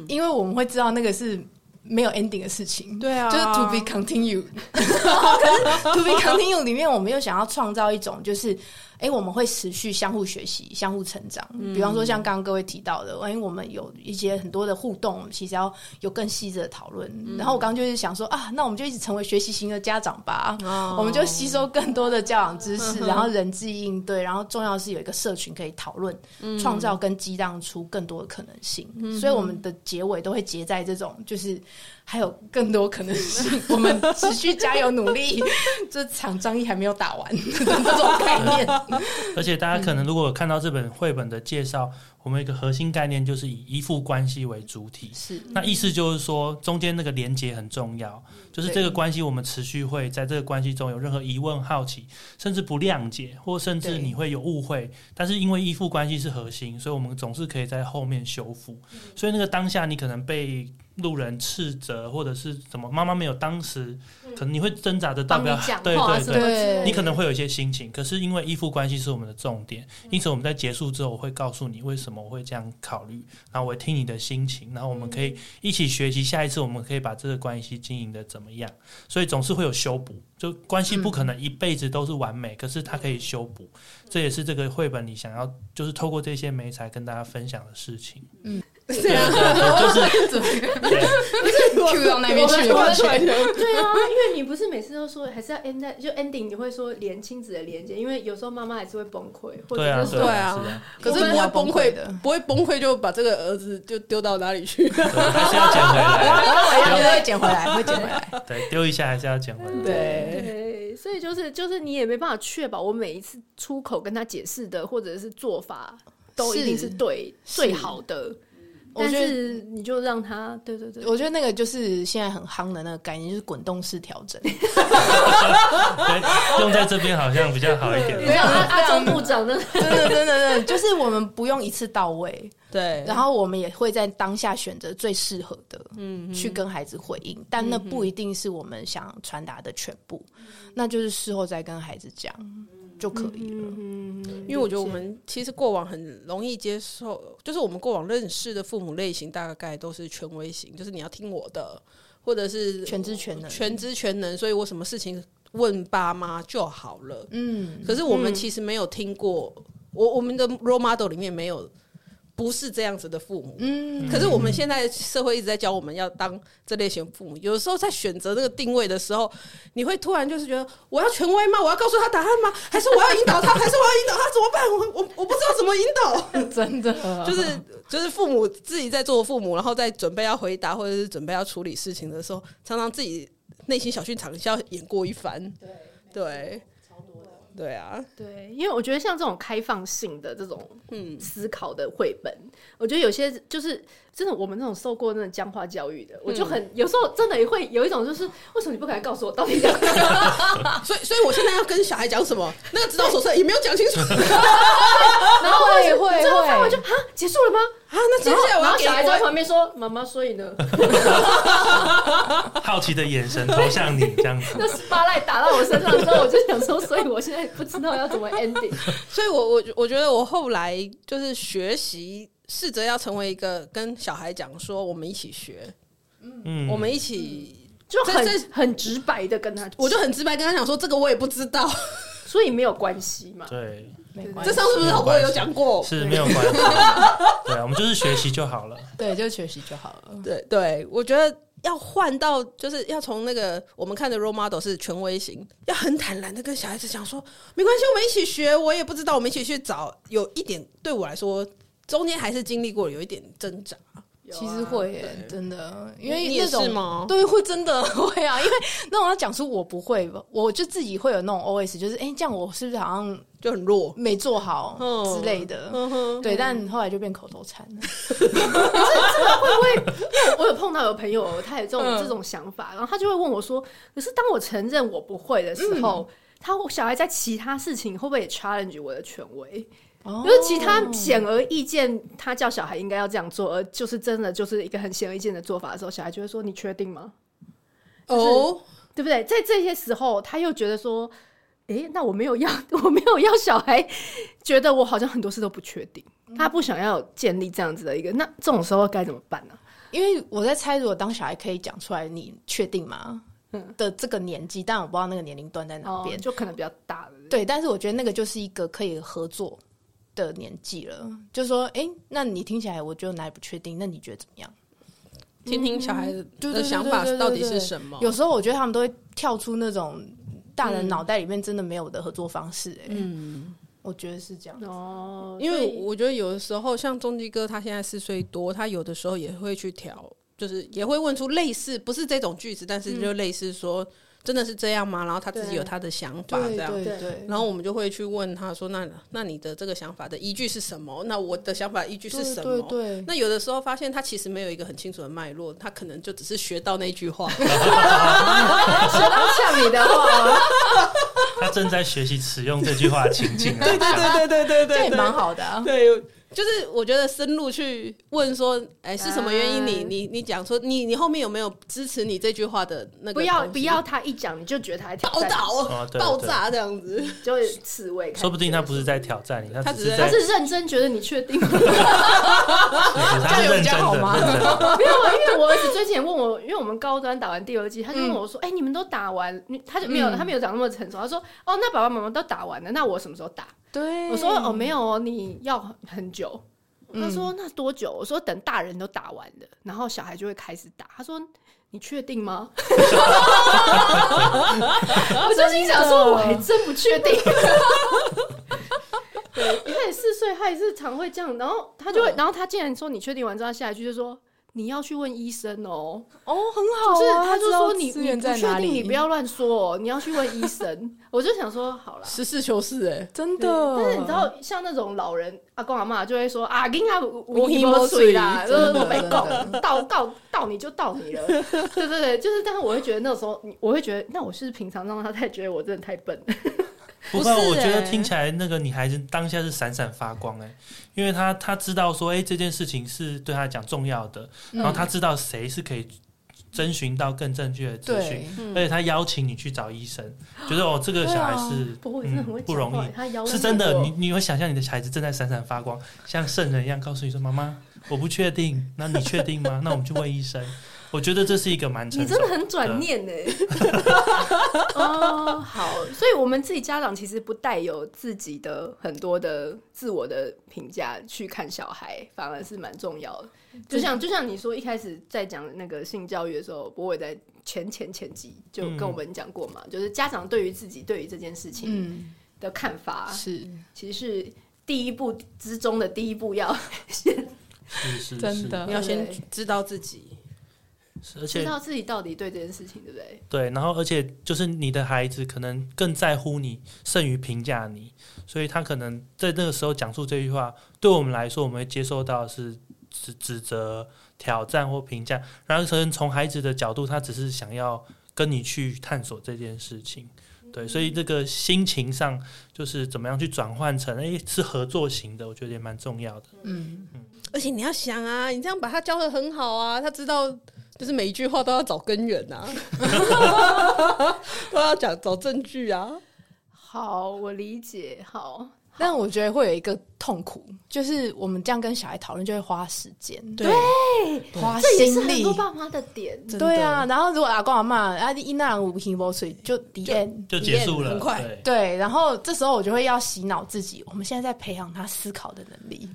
Speaker 3: 因为我们会知道那个是没有 ending 的事情，
Speaker 1: 对啊
Speaker 3: 就是 to be continue。可是 to be continue 里面，我们又想要创造一种就是。哎、我们会持续相互学习、相互成长。比方说，像刚刚各位提到的，因为我们有一些很多的互动，我们其实要有更细致的讨论。然后我刚刚就是想说啊，那我们就一直成为学习型的家长吧。
Speaker 1: 哦嗯
Speaker 3: 我们就吸收更多的教养知识，然后人际应对，然后重要是有一个社群可以讨论，
Speaker 1: 嗯
Speaker 3: 创造跟激荡出更多的可能性。所以我们的结尾都会结在这种，就是还有更多可能性，
Speaker 1: <laughs>
Speaker 3: 我们持续加油努力，这场仗义还没有打
Speaker 1: <laughs>
Speaker 3: 完这种概念。
Speaker 4: 而且大家可能如果有看到这本绘本的介绍，我们有一个核心概念就是以依附关系为主体。
Speaker 3: 是
Speaker 4: 那意思就是说，中间那个连接很重要，就是这个关系，我们持续会在这个关系中有任何疑问、好奇，甚至不谅解，或甚至
Speaker 3: 对
Speaker 4: 你会有误会。但是因为依附关系是核心，所以我们总是可以在后面修复。
Speaker 2: 嗯
Speaker 4: 所以那个当下，你可能被路人斥责，或者是怎么，妈妈没有当时，可能你会挣扎着
Speaker 2: 嗯帮
Speaker 4: 到不
Speaker 2: 你
Speaker 4: 要
Speaker 2: 讲
Speaker 4: 对
Speaker 2: 话
Speaker 4: 对
Speaker 2: 什
Speaker 4: 对
Speaker 2: 么之类的，
Speaker 4: 你可能会有一些心情，可是因为依附关系是我们的重点，因此我们在结束之后，我会告诉你为什么我会这样考虑，然后我会听你的心情，然后我们可以一起学习，下一次我们可以把这个关系经营的怎么样，所以总是会有修补，就关系不可能一辈子都是完美，可是它可以修补，这也是这个绘本里想要就是透过这些美才跟大家分享的事情。对啊
Speaker 1: 对啊
Speaker 4: 对对， <laughs> 就是对。
Speaker 3: <laughs> Q 到那边去
Speaker 1: 我
Speaker 3: 了，
Speaker 1: 们突然
Speaker 2: 对
Speaker 3: <laughs>
Speaker 2: 啊，因为你不是每次都说还是要 end 在就 ending，你会说连亲子的连接，因为有时候妈妈还是会崩溃，或
Speaker 4: 对
Speaker 2: 者
Speaker 4: 啊，
Speaker 2: 是
Speaker 1: 对
Speaker 2: 说
Speaker 1: 啊
Speaker 4: 是啊，
Speaker 1: 可
Speaker 3: 我
Speaker 1: 是
Speaker 3: 们
Speaker 1: 不会
Speaker 3: 要
Speaker 1: 崩
Speaker 3: 崩
Speaker 1: 溃
Speaker 3: 溃的
Speaker 1: 不会崩溃就把这个儿子就丢到哪里
Speaker 3: <laughs>
Speaker 1: 去？
Speaker 4: 啊对还是要捡回来，
Speaker 3: 会捡回来，会捡回来。
Speaker 4: 对，丢一下还是要捡回来。
Speaker 1: 对，
Speaker 2: 对，所以就是就是你也没办法确保我每一次出口跟他解释的或者是做法都一定是
Speaker 3: 是
Speaker 2: 对最好的，
Speaker 3: 我
Speaker 2: 但
Speaker 3: 觉得
Speaker 2: 是你就让他对对对，
Speaker 3: 我觉得那个就是现在很夯的那个概念，就是滚动式调整。
Speaker 4: 对， <laughs> 用在这边好像比较好一点。
Speaker 2: 没有阿阿中部长的
Speaker 3: 真的，真的，真的，就是我们不用一次到位，
Speaker 1: 对，
Speaker 3: 然后我们也会在当下选择最适合的，嗯，去跟孩子回应，但那不一定是我们想传达的全部，那就是事后再跟孩子讲就可以了。
Speaker 1: <laughs>
Speaker 2: 嗯
Speaker 3: 嗯
Speaker 1: 因为我觉得我们其实过往很容易接受，就是我们过往认识的父母类型大概都是权威型，就是你要听我的，或者是
Speaker 3: 全知全能，
Speaker 1: 全知全能，所以我什么事情问爸妈就好了。 <laughs>
Speaker 3: 嗯，
Speaker 1: 可是我们其实没有听过，我我们的 role model 里面没有不是这样子的父母。
Speaker 3: 嗯，
Speaker 1: 可是我们现在社会一直在教我们要当这类型父母，有时候在选择这个定位的时候，你会突然就是觉得我要权威吗？我要告诉他答案吗？还是我要引导
Speaker 3: <laughs>
Speaker 1: 他？还是我要引导他？怎么办？我我我不知道怎么引导。
Speaker 3: 真 <laughs> 的
Speaker 1: 就是就是父母自己在做父母，然后在准备要回答或者是准备要处理事情的时候，常常自己内心小剧场是要演过一番。对对，超多的。对啊，
Speaker 2: 对，因为我觉得像这种开放性的这种思考的绘本，我觉得有些就是真的，我们那种受过那种僵化教育的，我就很有时候真的也会有一种就是为什么你不敢告诉我到底想干嘛？
Speaker 1: 所以所以我现在要跟小孩讲什么？ <laughs> 那个指导手册也没有讲清楚 <laughs> 啊。
Speaker 2: <laughs> 然后我就
Speaker 3: 会会
Speaker 2: 你知道吗
Speaker 3: 会
Speaker 2: 我就啊结束了吗？
Speaker 1: 哦那接
Speaker 2: 然后
Speaker 1: 下来我
Speaker 2: 然
Speaker 1: 要
Speaker 2: 后
Speaker 1: 给
Speaker 2: 小孩在
Speaker 1: 我
Speaker 2: 旁边说：“妈妈，所以呢，
Speaker 4: 好奇的眼神投向你，这样子。
Speaker 2: 那 s p a 打到我身上之后，我就想说，所以我现在不知道要怎么 ending。
Speaker 1: 所以我我我觉得我后来就是学习，试着要成为一个跟小孩讲说，我们一起学，
Speaker 4: 嗯，
Speaker 1: 我们一起。”
Speaker 2: 就
Speaker 1: 这
Speaker 2: 很
Speaker 1: 这
Speaker 2: 很直白的跟他讲，
Speaker 1: 我就很直白跟他讲说，这个我也不知道，
Speaker 2: 所以没有关系嘛。
Speaker 4: 对，
Speaker 3: 没关
Speaker 1: 这
Speaker 3: 系，
Speaker 1: 上次不是老婆有讲过？
Speaker 4: 是没有关系。对啊，我们就是学习就好了。
Speaker 3: 对，就学习就好了。
Speaker 1: 对对，我觉得要换到就是要从那个我们看的 role model 是权威型，要很坦然的跟小孩子讲说，没关系，我们一起学，我也不知道，我们一起去找。有一点对我来说，中间还是经历过有一点挣扎，
Speaker 2: 有啊
Speaker 3: 其实会耶，真的，因为
Speaker 1: 你
Speaker 3: 那
Speaker 1: 也
Speaker 3: 种
Speaker 1: 是吗？
Speaker 3: 对，会真的 <laughs> 会啊，因为那种要讲出我不会，我就自己会有那种 OS，就是哎、诶这样我是不是好像
Speaker 1: 就很弱。
Speaker 3: 没做好
Speaker 1: 嗯
Speaker 3: 之类的？
Speaker 1: 嗯哼，
Speaker 3: 对，但后来就变口头禅了。
Speaker 2: 我有碰到有朋友，他有这种、
Speaker 3: 嗯
Speaker 2: 这种想法，然后他就会问我说：“可是当我承认我不会的时候，
Speaker 3: 嗯
Speaker 2: 他小孩在其他事情会不会也 challenge 我的权威？
Speaker 3: 哦
Speaker 2: 就是其他显而易见，他叫小孩应该要这样做，而就是真的就是一个很显而易见的做法的时候，小孩就会说：‘你确定吗？’
Speaker 1: 哦，
Speaker 2: 对不对？在这些时候，他又觉得说：‘诶，那我没有要， <laughs> 我没有要小孩觉得我好像很多事都不确定。’
Speaker 3: 嗯
Speaker 2: 他不想要建立这样子的一个，那这种时候该怎么办呢、
Speaker 3: 因为我在猜，如果当小孩可以讲出来，你确定吗？的这个年纪，但我不知道那个年龄段在哪
Speaker 2: 哦
Speaker 3: 边。，
Speaker 2: 就可能比较大了。
Speaker 3: 对，但是我觉得那个就是一个可以合作的年纪了。就说，哎、那你听起来，我就哪里不确定，那你觉得怎么样？
Speaker 1: 听听小孩
Speaker 3: 嗯对对
Speaker 1: 的
Speaker 3: 对
Speaker 1: 想法
Speaker 3: 对对对
Speaker 1: 到底
Speaker 3: 对
Speaker 1: 是什么？
Speaker 3: 有时候我觉得他们都会跳出那种大人脑袋里面真的没有的合作方式、哎，嗯，我觉得是这样。
Speaker 2: 哦，
Speaker 1: 因为
Speaker 2: 所以
Speaker 1: 我觉得有的时候，像中基哥他现在四岁多，他有的时候也会去调，就是也会问出类似不是这种句子，但是就类似说、真的是这样吗？然后他自己
Speaker 2: 对
Speaker 1: 有他的想法这
Speaker 3: 对
Speaker 1: 样。
Speaker 3: 对
Speaker 2: 对
Speaker 3: 对，
Speaker 1: 然后我们就会去问他说：“那那你的这个想法的依据是什么？那我的想法依据是什么？”
Speaker 3: 对对
Speaker 1: 那有的时候发现他其实没有一个很清楚的脉络，他可能就只是学到那句话，
Speaker 2: 学 <laughs> 到像你的话，
Speaker 4: 他正在学习使用这句话的情境啊。
Speaker 1: 对对对对
Speaker 3: <laughs> 这
Speaker 1: 对
Speaker 3: 也蛮好的、啊。
Speaker 1: 对，就是我觉得深入去问说，哎、是什么原因你？你
Speaker 2: 嗯
Speaker 1: 你讲说，你你后面有没有支持你这句话的那个？
Speaker 2: 不要不要，他一讲你就觉得他在挑
Speaker 1: 报
Speaker 2: 战你，
Speaker 1: 道
Speaker 4: 哦对
Speaker 1: 爆炸这样子，
Speaker 2: 就是刺猬感觉。
Speaker 4: 说不定他不是在挑战你，
Speaker 1: 他
Speaker 4: 他
Speaker 1: 只是
Speaker 4: 只是
Speaker 1: 在
Speaker 4: 在
Speaker 2: 他是认真觉得你确定吗？
Speaker 3: 这
Speaker 4: 他
Speaker 3: 样
Speaker 4: 是
Speaker 3: 有比
Speaker 4: 认
Speaker 3: 较
Speaker 4: 真
Speaker 3: 好
Speaker 4: 的，
Speaker 3: 吗
Speaker 4: 认真
Speaker 2: <laughs>
Speaker 4: 的。
Speaker 2: <laughs> 没有，因为我儿子之前问我，因为我们高端打完第二季，他就问我说：“哎、你们都打完？”你他就没有，他没有讲那么成熟。他说：“哦，那爸爸妈妈都打完了，那我什么时候打？”
Speaker 3: 对
Speaker 2: 我说：“哦，没有哦，你要很久。”他说：“那多久？”我说：“等大人都打完了，然后小孩就会开始打。”他说：“你确定吗？” <laughs> 我就心想说：“我还真不确定。” <laughs> 对，他也四岁，他也是常会这样。然后他就会，然后他竟然说：“你确定完之后，他下一句就说。”你要去问医生哦，
Speaker 3: 哦，很好、啊，
Speaker 2: 就是他就
Speaker 3: 知道
Speaker 2: 说你
Speaker 3: 资
Speaker 2: 你
Speaker 3: 源
Speaker 2: 不
Speaker 3: 在
Speaker 2: 确
Speaker 3: 哪里，
Speaker 2: 定，你不要乱说哦，你要去问医生。 <laughs> 我就想说，好了，
Speaker 1: 实事求是、哎，
Speaker 3: 真
Speaker 2: 对
Speaker 3: 的。
Speaker 2: 但是你知道，像那种老人阿公阿妈就会说啊，给你啊，
Speaker 1: 有
Speaker 2: 我
Speaker 1: 鱼
Speaker 2: 一
Speaker 1: 没
Speaker 2: 摸
Speaker 1: 水
Speaker 2: 水啦，就
Speaker 3: 真的
Speaker 2: 是我被
Speaker 3: 真
Speaker 2: 告
Speaker 3: 的
Speaker 2: 告告告你就到你了。 <laughs> 对对对，就是，但是我会觉得那时候，你我会觉得，那我是不是平常让他太觉得我真的太笨了。
Speaker 4: 不
Speaker 1: 不是
Speaker 4: 过我觉得
Speaker 1: 欸
Speaker 4: 听起来那个女孩子当下是闪闪发光哎、因为她她知道说哎、这件事情是对她来讲重要的，然后她知道谁是可以征询到更正确的资讯
Speaker 3: 对，，
Speaker 1: 嗯
Speaker 4: 而且她邀请你去找医生，觉得哦这个小孩是、
Speaker 2: 啊不过我真的很会
Speaker 4: 嗯、不
Speaker 2: 讲
Speaker 4: 容
Speaker 2: 话
Speaker 4: 易，，
Speaker 2: 他摇
Speaker 4: 是真的，你你会想象你的孩子正在闪闪发光，像圣人一样告诉你说：“妈妈，我不确定， <laughs> 那你确定吗？那我们去问医生。”我觉得这是一个蛮
Speaker 2: 你
Speaker 4: 成熟
Speaker 2: 真的很转念呢。 <laughs> 哦，好，所以我们自己家长其实不带有自己的很多的自我的评价去看小孩，反而是蛮重要的。就像就像你说一开始在讲那个性教育的时候，博伟在前前前集就跟我们讲过嘛，就是家长对于自己对于这件事情
Speaker 3: 嗯，
Speaker 2: 的看法，
Speaker 3: 是
Speaker 2: 其实是第一步之中的第一步要
Speaker 4: 是是
Speaker 3: 真的
Speaker 1: 你要先知道自己，
Speaker 4: 是是而
Speaker 2: 知
Speaker 4: 且
Speaker 2: 道自己到底对这件事情对不对？
Speaker 4: 对，然后而且就是你的孩子可能更在乎你，胜于评价你，所以他可能在那个时候讲出这句话，对我们来说，我们会接受到的是指指责、挑战或评价。然后可能从孩子的角度，他只是想要跟你去探索这件事情。对，所以这个心情上就是怎么样去转换成，诶，是合作型的，我觉得也蛮重要的。
Speaker 3: 嗯，
Speaker 1: 而且你要想啊，你这样把他教的很好啊，他知道。就是每一句话都要找根源呐、 <laughs> 都要讲找证据啊。
Speaker 2: 好，我理解，好。
Speaker 3: 但我觉得会有一个痛苦，就是我们这样跟小孩讨论就会花时间，
Speaker 1: 对，
Speaker 3: 花
Speaker 2: 这也是
Speaker 3: 啊心
Speaker 2: 很
Speaker 3: 力
Speaker 2: 多，爸妈的点。
Speaker 1: 真的
Speaker 3: 对啊。然后如果阿公阿妈啊一那无情无水就 the end，
Speaker 4: 就结束了，
Speaker 1: 很快
Speaker 4: 对
Speaker 3: 对，然后这时候我就会要洗脑自己，我们现在在培养他思考的能力，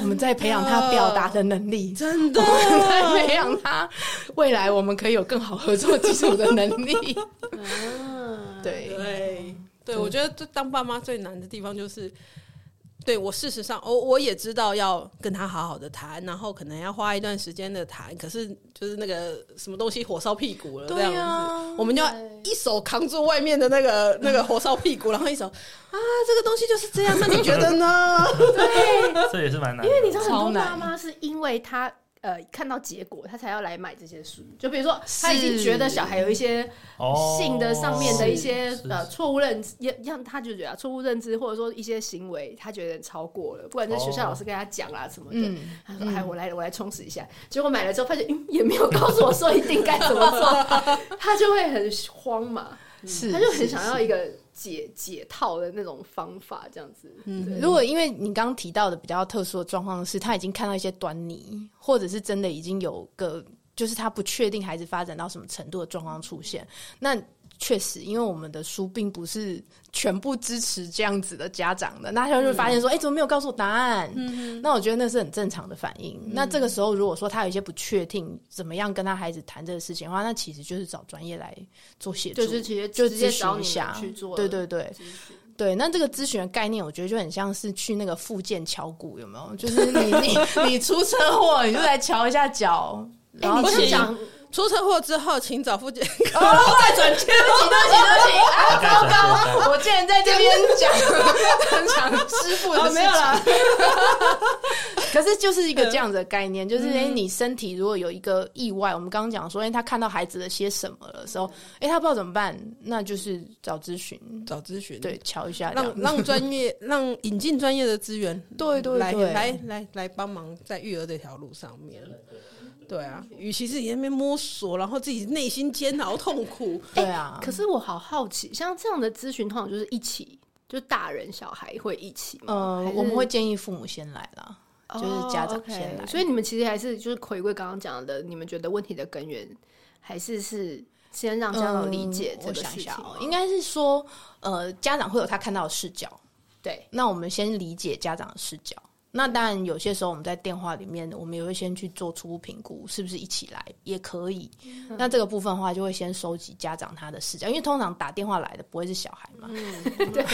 Speaker 3: 我们在培养他表达的能力。
Speaker 1: 真的
Speaker 3: <laughs> 我们在培养他未来我们可以有更好合作基础的能
Speaker 2: <laughs>
Speaker 3: 力。对，
Speaker 2: 啊
Speaker 3: 哎
Speaker 1: 对对，我觉得这当爸妈最难的地方就是，对我事实上，我我也知道要跟他好好的谈，然后可能要花一段时间的谈，可是就是那个什么东西火烧屁股了，这样子，
Speaker 3: 啊
Speaker 1: 我们就要一手扛住外面的那个 <laughs> 那个火烧屁股，然后一手啊，这个东西就是这
Speaker 3: <laughs>
Speaker 1: 样，那你觉得呢？
Speaker 4: 这也是蛮难的。
Speaker 2: 因为你知道很
Speaker 3: 超
Speaker 2: 多
Speaker 3: 难
Speaker 2: 妈妈是因为她呃看到结果，她才要来买这些书。就比如说，她已经觉得小孩有一些
Speaker 4: 哦，
Speaker 2: 性的上面的一些、
Speaker 4: 是
Speaker 2: 呃
Speaker 4: 是
Speaker 2: 错误认知，也让她就觉得啊错误认知，或者说一些行为，她觉得超过了，不管是学校老师跟她讲啊啦什么的。
Speaker 3: 嗯，
Speaker 2: 她说：“哎，我来了，我来充实一下。”结果买了之后，发现嗯也没有告诉我说一定该怎么
Speaker 3: <laughs>
Speaker 2: 做，她就会很慌嘛，
Speaker 3: 是，
Speaker 2: 她就很
Speaker 3: 是
Speaker 2: 想要一个解解套的那种方法，这样子。
Speaker 1: 嗯
Speaker 3: 如果因为你刚刚提到的比较特殊的状况是，他已经看到一些端倪，或者是真的已经有个就是他不确定孩子发展到什么程度的状况出现，那确实，因为我们的书并不是全部支持这样子的家长的，那他就会
Speaker 2: 嗯
Speaker 3: 发现说，哎、怎么没有告诉我答案？那我觉得那是很正常的反应。那这个时候，如果说他有一些不确定怎么样跟他孩子谈这个事情的话，那其实就是找专业来做协助，
Speaker 2: 就是直接
Speaker 3: 就
Speaker 2: 直接
Speaker 3: 咨
Speaker 2: 找
Speaker 3: 询一
Speaker 2: 你
Speaker 3: 下
Speaker 2: 们去做，
Speaker 3: 对对嗯对。
Speaker 2: 咨询
Speaker 3: 对，那这个咨询的概念，我觉得就很像是去那个复健敲鼓，有没有？就是你 <laughs> 你你出车祸，你就来敲一下脚，然后
Speaker 1: 你
Speaker 2: 我
Speaker 1: 不
Speaker 2: 想
Speaker 1: 行
Speaker 2: 讲，
Speaker 1: 出车祸之后，请找附近。 <laughs>
Speaker 3: 再转圈，对不起对不起啊，
Speaker 4: 大
Speaker 3: 糟
Speaker 4: 概转圈
Speaker 3: 糕！我竟然在这边 <laughs> 讲讲师傅的
Speaker 1: 哦
Speaker 3: 事
Speaker 1: 没有啦
Speaker 3: 情， <laughs> 可是就是一个这样子的概念，就是哎、诶你身体如果有一个意外，我们刚刚讲说，哎、他看到孩子的些什么的时候，哎、他不知道怎么办，那就是找咨询，
Speaker 1: 找咨询，
Speaker 3: 对，，敲一下这样
Speaker 1: 让让专业，让引进专业的资源，
Speaker 3: 对对
Speaker 1: 来
Speaker 3: 对哎
Speaker 1: 来来来帮忙在育儿这条路上面。对啊，与其自己在那边摸索，然后自己内心煎熬痛苦，
Speaker 3: 对啊，
Speaker 2: 可是我好好奇，像这样的咨询通常就是一起，就大人小孩会一起吗？
Speaker 3: 呃
Speaker 2: 还，是
Speaker 3: 我们会建议父母先来
Speaker 2: <laughs>
Speaker 3: 啦，就是家长先
Speaker 2: 哦
Speaker 3: 来。
Speaker 2: ，OK 所以你们其实还是就是回归刚刚讲的，你们觉得问题的根源还是是先让家长理解这
Speaker 3: 嗯我
Speaker 2: 个
Speaker 3: 想
Speaker 2: 事
Speaker 3: 一
Speaker 2: 情
Speaker 3: 下
Speaker 2: 吗、
Speaker 3: 哦，应该是说，呃，家长会有他看到的视角，
Speaker 2: 对。
Speaker 3: 那我们先理解家长的视角。那当然，有些时候我们在电话里面，我们也会先去做初步评估，是不是一起来也可以。
Speaker 2: 嗯
Speaker 3: 那这个部分的话，就会先收集家长他的视角，因为通常打电话来的不会是小孩
Speaker 2: 嗯
Speaker 3: 嘛，对，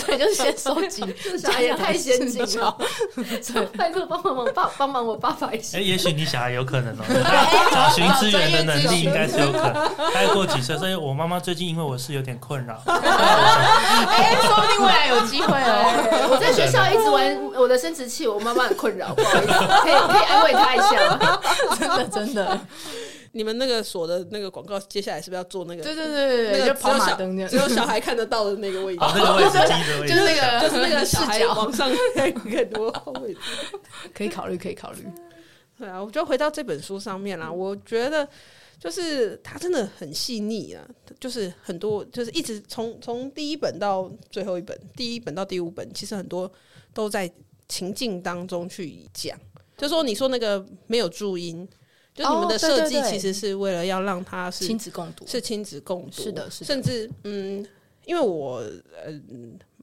Speaker 3: 所以就是先收 <laughs> 集
Speaker 2: 嗯 <laughs> 这小孩也太先进
Speaker 3: 家长的视角
Speaker 2: <laughs> 了，拜托帮帮忙爸帮忙我爸爸一下
Speaker 4: 哎、。也许你小孩有可能哦、找寻资源的能力应该是有可能。概过几岁，所以我妈妈最近因为我是有点困扰。
Speaker 3: 哎、说不定未来有机会哦。
Speaker 2: 对我在学校一直玩我的生殖器，我妈妈很困扰，不好意思，可以可以安慰她一下吗？
Speaker 3: 真的 <laughs> 真的，
Speaker 1: 你们那个所的那个广告，接下来是不是要做那个？
Speaker 3: 对对对
Speaker 1: 那
Speaker 3: 对，
Speaker 1: 个
Speaker 3: 就
Speaker 1: 只
Speaker 3: 跑
Speaker 1: 有
Speaker 3: 马
Speaker 1: 小
Speaker 3: 灯这样，
Speaker 1: 只有小孩看得到的那个位置
Speaker 4: 哦，，那个位置，第一个位置，
Speaker 3: 就是那个
Speaker 1: 就是那个小
Speaker 3: 视
Speaker 1: 孩
Speaker 3: 角
Speaker 1: 往上看更多位置。
Speaker 3: 可以考虑，可以考虑。
Speaker 1: 对啊，我就回到这本书上
Speaker 3: 嗯
Speaker 1: 面啦。啊我觉得就是它真的很细腻啊，就是很多就是一直从从第一本到最后一本，第一本到第五本，其实很多都在情境当中去讲。就说你说那个没有注音，就你们的
Speaker 3: 哦对对
Speaker 1: 设计
Speaker 3: 对
Speaker 1: 其实是为了要让它是
Speaker 3: 亲子共读
Speaker 1: 是亲子共读，
Speaker 3: 是的是的
Speaker 1: 甚至嗯，因为我呃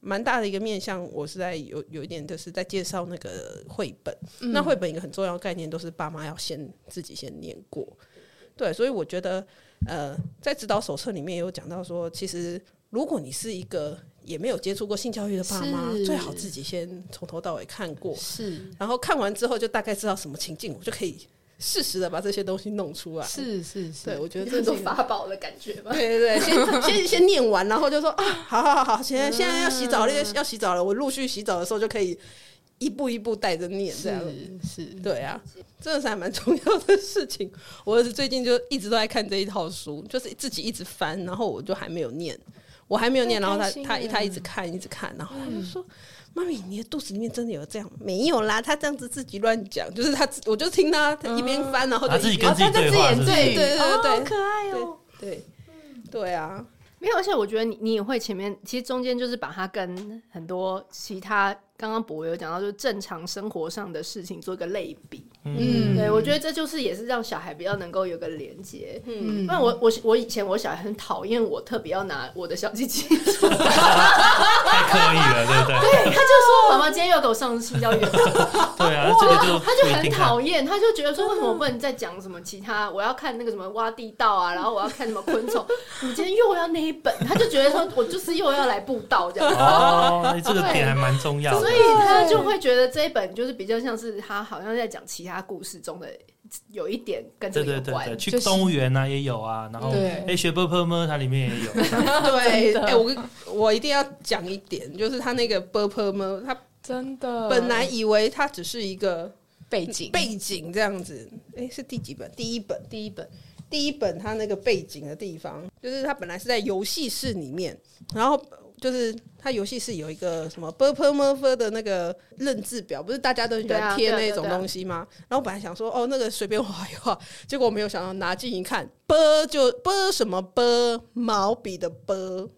Speaker 1: 蛮大的一个面向，我是在有有一点就是在介绍那个绘本。
Speaker 3: 嗯
Speaker 1: 那绘本一个很重要的概念都是爸妈要先自己先念过，对，所以我觉得呃，在指导手册里面也有讲到说，其实如果你是一个也没有接触过性教育的爸妈，
Speaker 3: 是
Speaker 1: 最好自己先从头到尾看过，
Speaker 3: 是
Speaker 1: 然后看完之后就大概知道什么情境，我就可以适时的把这些东西弄出来。
Speaker 3: 是是
Speaker 1: 对，
Speaker 3: 是，
Speaker 1: 我觉得
Speaker 2: 有
Speaker 1: 这
Speaker 2: 一
Speaker 1: 是
Speaker 2: 种
Speaker 1: 一个
Speaker 2: 法宝的感觉吧。
Speaker 1: <laughs> 对对对，先先先念完，然后就说啊，好好好，现在现在要洗澡了，要洗澡了。我陆续洗澡的时候就可以一步一步带着念这样。
Speaker 3: 是
Speaker 1: 对啊，真的是还蛮重要的事情。我儿子最近就一直都在看这一套书，就是自己一直翻，然后我就还没有念，我还没有念，然后
Speaker 3: 太
Speaker 1: 他
Speaker 3: 开心
Speaker 1: 他
Speaker 3: 了
Speaker 1: 他一直看一直看，然后他就说：“妈咪，你的肚子里面真的有这样？没有啦，他这样子自己乱讲，就是他自，我就听他他一边翻，然后就
Speaker 4: 他自己
Speaker 1: 一边
Speaker 4: 跟自己对话，是不是？
Speaker 1: 对对对对，
Speaker 2: 可爱
Speaker 1: 哦！对对啊，
Speaker 2: 没有，而且我觉得你你也会前面，其实中间就是把它跟很多其他刚刚博有讲到，就是正常生活上的事情做一个类比。
Speaker 3: 嗯
Speaker 2: 对我觉得这就是也是让小孩比较能够有个连接。
Speaker 1: 嗯
Speaker 2: 不然我我我以前我小孩很讨厌我特别 <laughs> 要拿我的小鸡鸡出来，
Speaker 4: 太刻意了，对不对？
Speaker 2: 他就说妈妈今天要给我上升要远的，
Speaker 4: 对啊，这个就
Speaker 2: 他就
Speaker 4: 不一
Speaker 2: 很
Speaker 4: 定啊
Speaker 2: 讨厌，他就觉得说为什么不能再讲什么其他？我要看那个什么挖地道啊，然后我要看什么昆虫，你今天又要那一本，他就觉得说我就是又要来布道这样。
Speaker 4: 哦，这个点还蛮重要的
Speaker 2: 所。以他就会觉得这一本就是比较像是他好像在讲其他故事中的有一点跟这
Speaker 4: 对
Speaker 2: 个
Speaker 4: 对
Speaker 2: 有
Speaker 4: 对
Speaker 2: 关
Speaker 4: 对，，去
Speaker 3: 就是
Speaker 4: 动物园啊也有啊，然后
Speaker 3: 对
Speaker 4: 哎学波波么它里面也有，
Speaker 1: <laughs>
Speaker 2: <laughs>
Speaker 1: 对，哎、我跟我一定要讲一点，就是他那个 “burp” 吗？他
Speaker 3: 真
Speaker 2: 嗯
Speaker 3: 的
Speaker 1: 本来以为他只是一个
Speaker 3: 背景
Speaker 1: 背景这样子，哎、是第几本？第一本，
Speaker 3: 第一本，
Speaker 1: 第一本他那个背景的地方，就是他本来是在游戏室里面，然后就是他游戏室有一个什么 “burp” 吗的那个认字表，不是大家都喜
Speaker 2: 对啊
Speaker 1: 欢贴
Speaker 2: 对啊
Speaker 1: 那种
Speaker 2: 对啊
Speaker 1: 东西吗？然后本来想说哦，那个随便画一画，结果我没有想到拿近一看，“b” <laughs> 就 “b” 什么 “b” 毛笔的 “b”。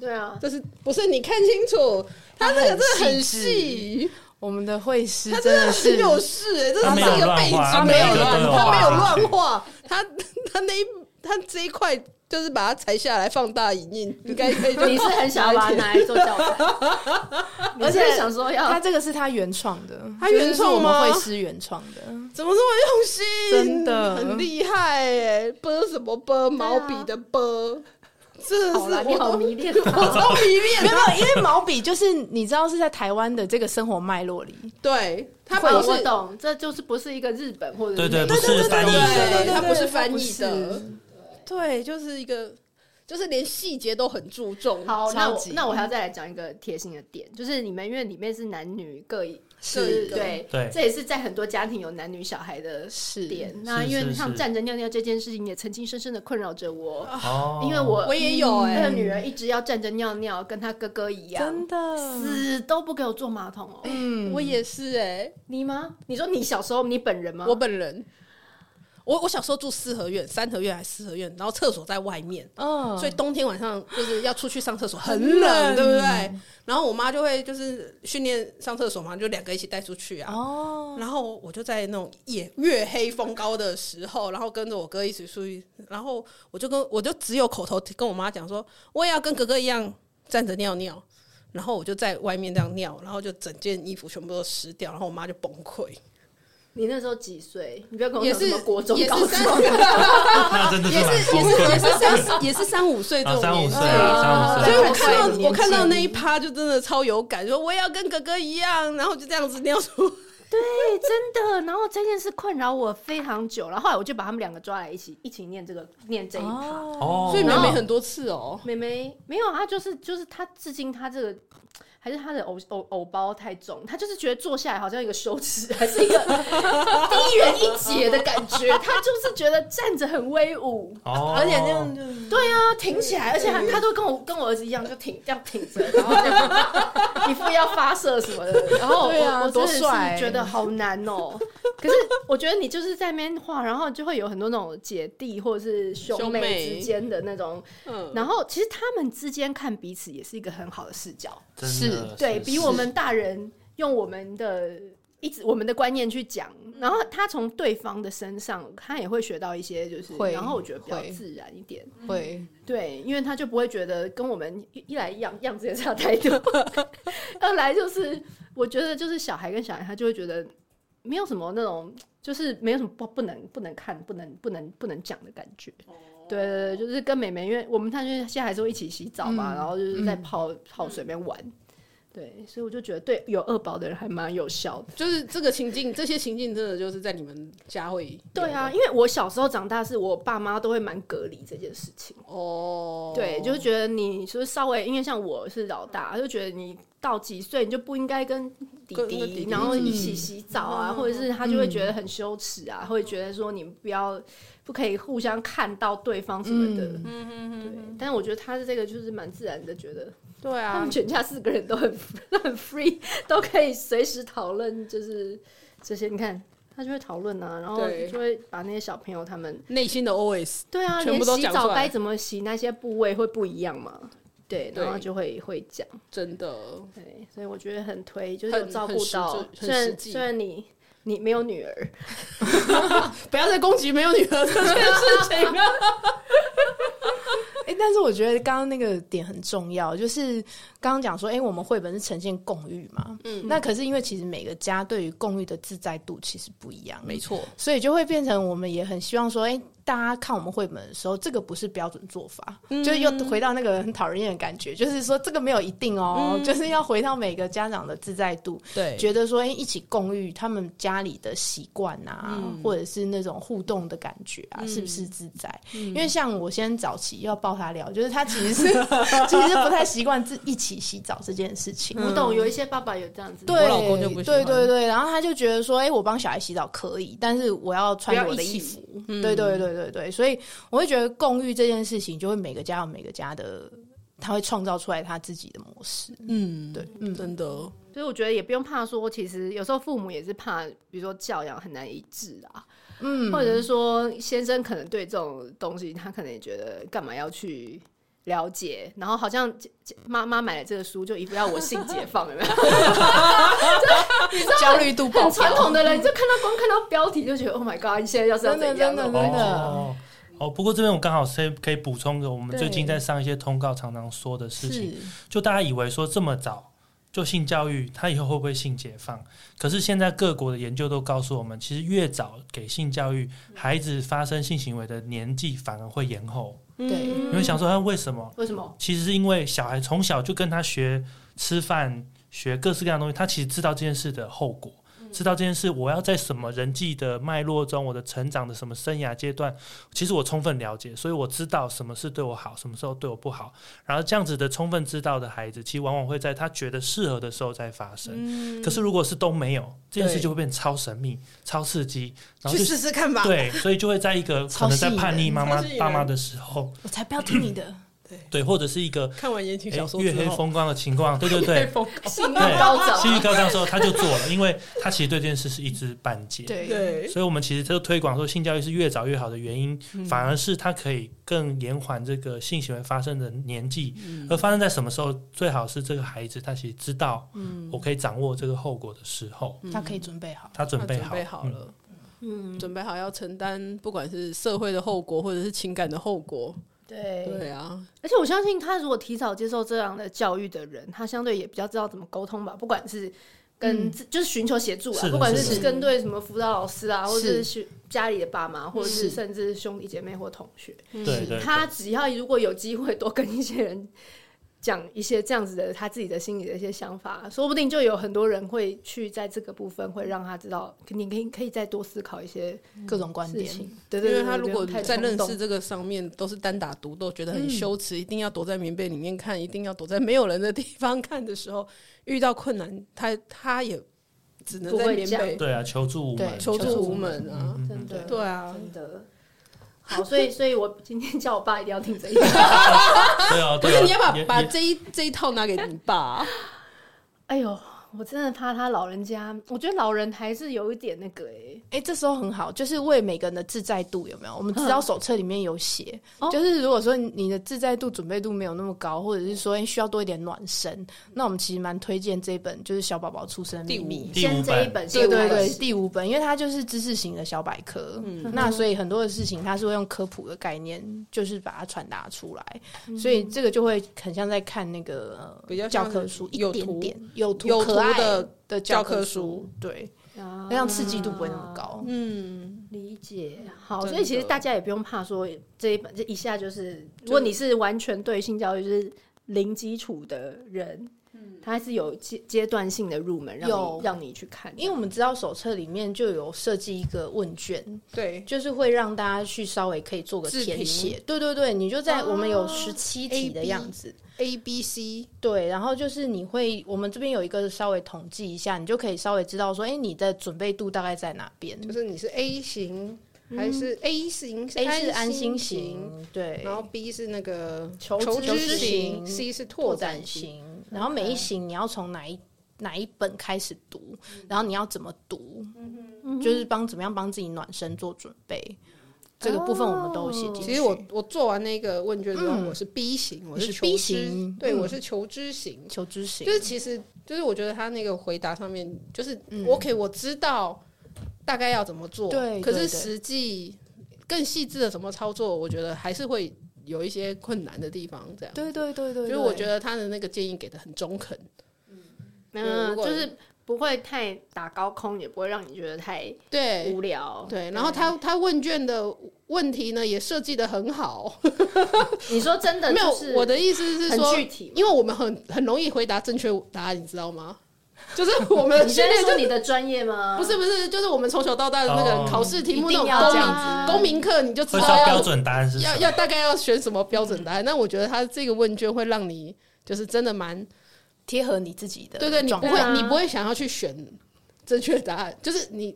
Speaker 2: 对啊，
Speaker 1: 就是不是你看清楚，他这个真的很细，
Speaker 3: 我们的会师
Speaker 1: 他
Speaker 3: 真
Speaker 1: 真的
Speaker 3: 的是
Speaker 1: 很有事哎、这
Speaker 4: 他没
Speaker 1: 是
Speaker 4: 有
Speaker 1: 一个背景，他
Speaker 4: 乱画
Speaker 3: 他
Speaker 1: 没
Speaker 3: 没
Speaker 1: 有
Speaker 3: 有
Speaker 1: 乱
Speaker 3: 乱
Speaker 1: 画，
Speaker 3: 画
Speaker 1: 没有乱画，他 <laughs> 他那一他这一块就是把它裁下来放大影印，应该可以就
Speaker 2: 你是很想要把它拿来做教材，而
Speaker 3: 而且
Speaker 2: 且想说要
Speaker 3: 他这个是他原创的，
Speaker 1: 他原创吗
Speaker 3: 就是是我们会师原创的，
Speaker 1: <laughs> 怎么这么用心，
Speaker 3: 真的
Speaker 1: 很厉害哎、欸，波什么波，毛笔的波，真的
Speaker 2: 好了，
Speaker 1: 是
Speaker 2: 你
Speaker 1: 我
Speaker 2: 好
Speaker 1: 都
Speaker 2: 迷恋
Speaker 1: 我
Speaker 2: 他。
Speaker 1: 都迷恋
Speaker 3: 没有，
Speaker 1: 他，
Speaker 3: 没有因为毛笔就是你知道是在台湾的这个生活脉络里，
Speaker 1: 对他
Speaker 2: 哦
Speaker 1: 不
Speaker 2: 我
Speaker 1: 是
Speaker 2: 懂，这就是不是一个日本或者
Speaker 4: 对对
Speaker 2: 美国
Speaker 4: 不是
Speaker 2: 的
Speaker 4: 翻译的
Speaker 1: 对，它
Speaker 3: 它
Speaker 1: 不
Speaker 3: 不
Speaker 1: 是
Speaker 3: 是
Speaker 1: 翻
Speaker 3: 翻
Speaker 1: 译
Speaker 3: 译
Speaker 1: 的
Speaker 3: 的，
Speaker 1: 对，就是一个，就是连细节都很注重。
Speaker 2: 好，那
Speaker 3: 超
Speaker 2: 我
Speaker 3: 级
Speaker 2: 那我还要再来讲一个贴心的点，就是你们因为里面是男女各一，
Speaker 1: 是
Speaker 2: 各一
Speaker 1: 的
Speaker 2: 对
Speaker 4: 对
Speaker 2: 这也是在很多家庭有男女小孩的
Speaker 3: 是
Speaker 2: 点。那因
Speaker 4: 是
Speaker 2: 为像
Speaker 4: 是
Speaker 2: 站着尿尿这件事情，也曾经深深的困扰着我，
Speaker 4: 哦，
Speaker 2: <laughs> 因为我
Speaker 1: 我也有哎、
Speaker 2: 那个女儿一直要站着尿尿，跟她哥哥一样
Speaker 3: 真，的，
Speaker 2: 死都不给我坐马桶哦。
Speaker 3: 嗯
Speaker 1: 我也是哎、
Speaker 2: 你吗？你说你小时候你本人吗？
Speaker 1: 我本人，我我小时候住四合院、三合院还是四合院，然后厕所在外面。
Speaker 3: 嗯，
Speaker 1: 所以冬天晚上就是要出去上厕所，很冷，
Speaker 3: 很冷
Speaker 1: 对不对？然后我妈就会就是训练上厕所嘛，就两个一起带出去啊。
Speaker 3: 哦，
Speaker 1: 然后我就在那种夜月黑风高的时候，然后跟着我哥一起出去，然后我就跟我就只有口头跟我妈讲说，我也要跟哥哥一样站着尿尿，然后我就在外面这样尿，然后就整件衣服全部都湿掉，然后我妈就崩溃，
Speaker 2: 你那时候几岁？你不要跟我
Speaker 1: 也
Speaker 2: 哦讲什
Speaker 1: 是
Speaker 2: 么国中、
Speaker 1: 也
Speaker 2: 高
Speaker 1: 是
Speaker 2: 中
Speaker 1: 三， <laughs>
Speaker 4: 那真的
Speaker 1: 也
Speaker 4: 是
Speaker 1: 是
Speaker 4: 蛮
Speaker 1: 也是
Speaker 4: 崩溃
Speaker 1: 也是三也是三五岁这
Speaker 4: 啊，
Speaker 1: 种
Speaker 4: 三五
Speaker 1: 年
Speaker 4: 岁
Speaker 1: 纪。
Speaker 4: 啊，三五
Speaker 2: 啊
Speaker 1: 所以
Speaker 4: 岁，
Speaker 1: 我看
Speaker 2: 对
Speaker 1: 到我看到
Speaker 2: 年纪
Speaker 1: 那一趴就真的超有感，说我也要跟哥哥一样，然后就这样子尿出
Speaker 2: 对，真的。然后这件事困扰我非常久，然后后来我就把他们两个抓来一起一起念这个念这一趴。
Speaker 4: 哦，
Speaker 1: 所以妹
Speaker 2: 然
Speaker 1: 妹
Speaker 2: 后
Speaker 1: 很多次哦，
Speaker 2: 妹妹没有，她就是就是她，至今她这个还是她的偶偶偶包太重，她就是觉得坐下来好像一个羞耻，还是一个 <laughs> 低人一截的感觉。她就是觉得站着很威武，
Speaker 4: 哦，
Speaker 3: 而且这样就
Speaker 2: 对啊，挺起来，而且她她都跟我跟我儿子一样，就挺这样挺着，然后这样一副要发射什么
Speaker 3: <laughs>
Speaker 2: 的。然后我、
Speaker 3: 对啊
Speaker 2: 我真
Speaker 3: 多
Speaker 2: 的是
Speaker 3: 帅
Speaker 2: 觉得好难哦、 <laughs> 可是我觉得你就是在那边画，然后就会有很多那种姐弟或者是兄
Speaker 1: 兄
Speaker 2: 妹
Speaker 1: 妹
Speaker 2: 之间的那种
Speaker 1: 嗯，
Speaker 2: 然后其实他们之间看彼此也是一个很好的视角，
Speaker 4: 真的
Speaker 3: 是
Speaker 2: 对比我们大人用我们的一直我们的观念去讲，
Speaker 3: 嗯
Speaker 2: 然后他从对方的身上他也会学到一些，就是
Speaker 3: 会
Speaker 2: 然后我觉得比较
Speaker 3: 会
Speaker 2: 自然一点，
Speaker 1: 嗯
Speaker 3: 会
Speaker 2: 对，因为他就不会觉得跟我们一一来一样样子也差太多， <laughs> 二来就是我觉得就是小孩跟小孩他就会觉得没有什么那种就是没有什么不不能不能看不能不能不能讲的感觉。对对对，就是跟妹妹，因为我们她就是现在还是会一起洗澡嘛，
Speaker 3: 嗯
Speaker 2: 然后就是在泡、泡水里面玩。对，所以我就觉得对有二宝的人还蛮有效的。
Speaker 1: 就是这个情境，这些情境真的就是在你们家会有
Speaker 2: 对啊，因为我小时候长大是我爸妈都会蛮隔离这件事情。
Speaker 1: 哦，
Speaker 2: 对，就是觉得你就是稍微，因为像我是老大，就觉得你到几岁你就不应该跟弟
Speaker 1: 跟
Speaker 2: 弟，
Speaker 1: 跟弟弟嗯
Speaker 2: 然后
Speaker 1: 一
Speaker 2: 一
Speaker 1: 起
Speaker 2: 起洗澡啊，或者是他就会觉得很羞耻啊，会觉得说你们不要不可以互相看到对方什么的。
Speaker 3: 嗯
Speaker 2: 对，但是我觉得他的这个就是蛮自然的，觉得
Speaker 1: 对
Speaker 2: 他
Speaker 1: 啊
Speaker 2: 们，全家四个人都很 <laughs> 很 free，都可以随时讨论，就是这些。你看，他就会讨论啊，然后
Speaker 1: 对
Speaker 2: 就会把那些小朋友他们
Speaker 1: 内心的 OS
Speaker 2: 对啊，
Speaker 1: 全
Speaker 2: 连
Speaker 1: 部都
Speaker 2: 洗
Speaker 1: 讲出
Speaker 2: 澡
Speaker 1: 来
Speaker 2: 该怎么洗，那些部位会不一样嘛？对，
Speaker 1: 对
Speaker 2: 然后就会会讲。
Speaker 1: 真的
Speaker 2: 对，所以我觉得很推，就是
Speaker 1: 很
Speaker 2: 有照
Speaker 1: 很
Speaker 2: 顾
Speaker 1: 实
Speaker 2: 到。
Speaker 1: 际
Speaker 2: 虽
Speaker 1: 很实
Speaker 2: 然
Speaker 1: 际
Speaker 2: 虽然你你没有女儿，
Speaker 1: 不要再攻击没有女儿这件事情了。
Speaker 3: 哎、但是我觉得刚刚那个点很重要，就是刚刚讲说，哎、我们绘本是呈现共育嘛，嗯，那可是因为其实每个家对于共育的自在度其实不一样，
Speaker 1: 没错，
Speaker 3: 所以就会变成我们也很希望说，哎、大家看我们绘本的时候，这个不是标准做法，就是又回到那个很讨人厌的感觉，就是说这个没有一定哦，就是要回到每个家长的自在度，
Speaker 1: 对，
Speaker 3: 觉得说，哎、一起共育他们家里的习惯啊，或者是那种互动的感觉啊，是不是自在？因为像我先早期要抱他聊， <laughs> 就是他其实是其实是不太习惯自一起洗澡这件事情。
Speaker 1: 嗯
Speaker 2: 我懂，有一些爸爸有这样子，
Speaker 3: 对，
Speaker 1: 老公就不喜欢
Speaker 3: 对对对，然后他就觉得说，哎、我帮小孩洗澡可以，但是我要
Speaker 2: 不
Speaker 3: 穿
Speaker 2: 要
Speaker 3: 我的
Speaker 2: 一
Speaker 3: 衣服。
Speaker 2: 起，
Speaker 3: 对对对对对，所以我会觉得共浴这件事情，就会每个家有每个家的，他会创造出来他自己的模式。
Speaker 1: 嗯，
Speaker 3: 对，嗯，
Speaker 1: 真的，
Speaker 2: 所以我觉得也不用怕说，其实有时候父母也是怕，比如说教养很难一致啊，嗯，或者是说先生可能对这种东西，他可能也觉得干嘛要去。了解，然后好像妈妈买了这个书，就一副要我性解放，有没有？ <laughs>
Speaker 3: 焦虑度爆
Speaker 2: 很
Speaker 3: 表
Speaker 2: 传。统的人，就看到光看到标题就觉得 Oh my God！你现在要是要怎样
Speaker 3: 真的真的真的
Speaker 4: 哦哦，不过这边我刚好可以可以补充个，我们
Speaker 3: 对
Speaker 4: 最近在上一些通告常常说的事情，就大家以为说这么早就性教育，他以后会不会性解放？可是现在各国的研究都告诉我们，其实越早给性教育，孩子发生性行为的年纪反而会延后。
Speaker 3: 对
Speaker 4: 你会想说，啊他为什么？
Speaker 2: 为什
Speaker 4: <laughs>
Speaker 2: 么？
Speaker 4: 其实是因为小孩从小就跟他学吃饭、学各式各样的东西，他其实知道这件事的后果，知道这件事我要在什么人际的脉络中，我的成长的什么生涯阶段，其实我充分了解，所以我知道什么是对我好，什么时候对我不好。然后这样子的充分知道的孩子，其实往往会在他觉得适合的时候再发生。可是如果是都没有，这件事
Speaker 1: 对
Speaker 4: 就会变超神秘、超刺激，然后
Speaker 1: 去
Speaker 4: 就
Speaker 1: 试试看吧。
Speaker 4: 对，所以就会在一个可
Speaker 3: 超
Speaker 4: 能在
Speaker 3: 吸引
Speaker 4: 叛逆
Speaker 3: 人
Speaker 4: 妈
Speaker 1: 超
Speaker 4: 妈
Speaker 1: 吸引
Speaker 4: 爸妈
Speaker 1: 人
Speaker 4: 的时候，
Speaker 3: 我才不要听你的。
Speaker 2: 嗯
Speaker 4: 对，或者是一个
Speaker 1: 看完言情小说
Speaker 4: 哎月
Speaker 1: 之
Speaker 4: 黑
Speaker 1: 后，
Speaker 4: 风高的
Speaker 1: <laughs>
Speaker 4: 情况，对对对，
Speaker 2: 性欲
Speaker 4: 对
Speaker 2: 高涨，啊
Speaker 4: 信誉高涨的时候他就做了，因为他其实对这件事是一知半解。，
Speaker 3: 对，
Speaker 1: 对，
Speaker 4: 所以我们其实就推广说性教育是越早越好的原因，
Speaker 1: 嗯
Speaker 4: 反而是它可以更延缓这个性行为发生的年纪，
Speaker 1: 嗯
Speaker 4: 而发生在什么时候，最好是这个孩子他其实知道，
Speaker 1: 嗯
Speaker 4: 我可以掌握这个后果的时候，
Speaker 3: 他可以准备好。
Speaker 4: 他准备
Speaker 1: 他
Speaker 4: 好，
Speaker 1: 准备好
Speaker 4: 嗯
Speaker 1: 了，嗯，准备好要承担，不管是社会的后果，或者是情感的后果。
Speaker 2: 对。
Speaker 1: 对啊，
Speaker 2: 而且我相信，他如果提早接受这样的教育的人，他相对也比较知道怎么沟通吧，不管是。跟自就是寻求协助
Speaker 4: 是
Speaker 2: 啊，
Speaker 4: 的
Speaker 2: 不管
Speaker 4: 是
Speaker 2: 是
Speaker 1: 的
Speaker 2: 跟对什么辅导老师啊，或者
Speaker 1: 是
Speaker 2: 是学家里的爸妈，或者
Speaker 1: 是
Speaker 2: 是甚至兄弟姐妹或同学，
Speaker 1: 嗯
Speaker 4: 对嗯对对，
Speaker 2: 他只要如果有机会多跟一些人讲一些这样子的他自己的心里的一些想法，说不定就有很多人会去在这个部分会让他知道，你可以可以再多思考一些
Speaker 3: 各种观
Speaker 2: 嗯事
Speaker 3: 点，
Speaker 2: 情。对对
Speaker 1: 因
Speaker 2: 对，
Speaker 1: 为他如果
Speaker 2: 太
Speaker 1: 在认
Speaker 2: 冲动
Speaker 1: 识这个上面都是单打独斗，觉得很羞耻，一定要躲在棉被里面看，一定要躲在没有人的地方看的时候，遇到困难，他他也只能
Speaker 2: 不
Speaker 1: 在
Speaker 2: 会
Speaker 1: 棉
Speaker 2: 讲
Speaker 1: 被
Speaker 4: 对啊，求助无门，
Speaker 3: 对
Speaker 1: 求
Speaker 3: 求
Speaker 1: 助
Speaker 3: 助
Speaker 1: 无
Speaker 3: 无
Speaker 1: 门啊。
Speaker 4: 嗯
Speaker 2: 真的
Speaker 1: 对啊
Speaker 2: 真的。好，所以所以我今天叫我爸一定要听这一集。
Speaker 4: 对啊，
Speaker 1: 不
Speaker 4: 对啊，
Speaker 1: 是你要把
Speaker 4: 也
Speaker 1: 把
Speaker 4: 也
Speaker 1: 这一这一套拿给你爸啊，
Speaker 2: <laughs> 哎呦，我真的怕他老人家，我觉得老人还是有一点那个哎、
Speaker 3: 哎、这时候很好，就是为每个人的自在度有没有？我们知道手册里面有写，
Speaker 2: 哦
Speaker 3: 就是如果说你的自在度、准备度没有那么高，或者是说哎需要多一点暖身，那我们其实蛮推荐这一本就是小宝宝出生秘密。
Speaker 4: 第五
Speaker 2: 先这一
Speaker 4: 本
Speaker 2: 本，
Speaker 3: 对
Speaker 2: 先
Speaker 3: 对
Speaker 2: 我
Speaker 3: 对，第五本，因为它就是知识型的小百科，
Speaker 1: 嗯
Speaker 3: 那所以很多的事情它是会用科普的概念，就是把它传达出来，所以这个就会很像在看那个
Speaker 1: 嗯比较像
Speaker 3: 教科书一
Speaker 1: 有
Speaker 3: 点
Speaker 1: 图
Speaker 3: 点有图
Speaker 1: 有
Speaker 3: 可
Speaker 1: 图
Speaker 3: 爱
Speaker 1: 的
Speaker 3: 的
Speaker 1: 教
Speaker 3: 教
Speaker 1: 科
Speaker 3: 科
Speaker 1: 书
Speaker 3: 书，对，
Speaker 2: 啊
Speaker 3: 那样刺激度不会那么高。
Speaker 1: 嗯，
Speaker 2: 理解好，
Speaker 1: 真
Speaker 2: 所以其实
Speaker 1: 的
Speaker 2: 大家也不用怕说这一本这一下就是，如果你是完全对性教育就是零基础的人，
Speaker 1: 嗯
Speaker 2: 他还是有阶阶段性的入门，让
Speaker 3: 有
Speaker 2: 你让你去看，
Speaker 3: 因为我们知道手册里面就有设计一个问卷，
Speaker 1: 对，
Speaker 3: 就是会让大家去稍微可以做个
Speaker 1: 自
Speaker 3: 填
Speaker 1: 评啊
Speaker 3: 写。对对对，你就在我们有
Speaker 2: 哦
Speaker 3: 十七
Speaker 1: A
Speaker 3: 题的
Speaker 1: B
Speaker 3: 样子。
Speaker 1: A B C
Speaker 3: 对，然后就是你会，我们这边有一个稍微统计一下，你就可以稍微知道说，哎，你的准备度大概在哪边？
Speaker 1: 就是你是 A 型还是嗯 A 型
Speaker 3: A 是安
Speaker 1: 心
Speaker 3: 心型，对，
Speaker 1: 然后 B 是那个
Speaker 2: 求
Speaker 1: 求
Speaker 2: 知
Speaker 1: 知
Speaker 3: 型
Speaker 1: ，C 是拓
Speaker 3: 拓
Speaker 1: 展
Speaker 3: 展
Speaker 1: 型。
Speaker 3: 型，然后每一型你要从哪一哪一本开始读，
Speaker 1: 嗯
Speaker 3: 然后你要怎么读，
Speaker 2: 嗯
Speaker 3: 就是帮怎么样帮自己暖身做准备，这个部分我们都有写进去。
Speaker 1: 哦其实我我做完那个问卷之后，我是 B 型，我
Speaker 3: 嗯你
Speaker 1: 是
Speaker 3: 是
Speaker 1: 求
Speaker 3: B
Speaker 1: 知
Speaker 3: 型
Speaker 1: 对
Speaker 3: 嗯
Speaker 1: 我是求知型，
Speaker 3: 求知型
Speaker 1: 就是其实就是我觉得他那个回答上面，就是 OK，我知道大概要怎么做，
Speaker 3: 嗯对
Speaker 1: 可是
Speaker 3: 对对
Speaker 1: 实际更细致的怎么操作，我觉得还是会有一些困难的地方，这样。
Speaker 3: 对对对
Speaker 1: 就
Speaker 3: 对，
Speaker 1: 是我觉得他的那个建议给的很中肯，
Speaker 2: 没
Speaker 1: 对
Speaker 2: 有，
Speaker 1: 如果
Speaker 2: 嗯就是不会太打高空，也不会让你觉得太
Speaker 1: 对
Speaker 2: 无聊。嗯
Speaker 1: 对。然后他他问卷的问题呢也设计的很好，
Speaker 2: 你说真的
Speaker 1: 没有
Speaker 2: 就是
Speaker 1: 我的意思是
Speaker 2: 很
Speaker 1: 说，
Speaker 2: 具体吗。
Speaker 1: 因为我们很很容易回答正确答案，你知道吗？就是我们
Speaker 2: 你
Speaker 1: 训
Speaker 2: 现在
Speaker 1: 练呃就
Speaker 2: 说你的专业吗？
Speaker 1: 不是不是，就是我们从小到大的那个
Speaker 4: 哦
Speaker 1: 考试题目
Speaker 2: 一
Speaker 1: 那种
Speaker 2: 定要
Speaker 1: 公
Speaker 2: 这
Speaker 1: 民、
Speaker 2: 样子
Speaker 1: 公民课，你就知
Speaker 4: 会
Speaker 1: 道
Speaker 4: 知道标
Speaker 1: 要
Speaker 4: 准答案是什
Speaker 1: 要
Speaker 4: 么。
Speaker 1: 要大概要选什么标准答案。那我觉得他这个问卷会让你就是真的蛮
Speaker 3: 贴合你自己的
Speaker 1: 对对，你
Speaker 3: 状
Speaker 1: 不
Speaker 3: 态
Speaker 1: 会、
Speaker 2: 啊
Speaker 1: 你不会想要去选正确答案，就是你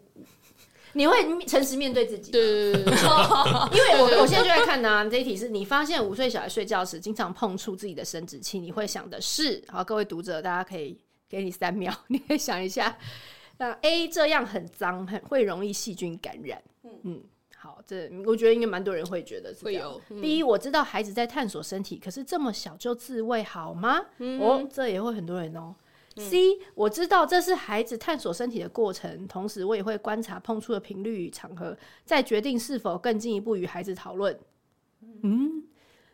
Speaker 2: 你会诚实面对自己。
Speaker 1: 对对对对对
Speaker 2: 因为我我现在就在看呢、 <laughs> 这一题是你发现五岁小孩睡觉时经常碰触自己的生殖器，你会想的是，好，各位读者，大家可以给你三秒， <laughs> 你可以想一下，那 A 这样很脏，很会容易细菌感染。嗯好，这我觉得应该蛮多人会觉得是这样
Speaker 1: 会有嗯
Speaker 2: B，我知道孩子在探索身体，可是这么小就自慰好吗？
Speaker 1: 嗯
Speaker 2: 哦，这也会很多人哦。C，我知道这是孩子探索身体的过程，同时我也会观察碰触的频率与场合，再决定是否更进一步与孩子讨论。嗯，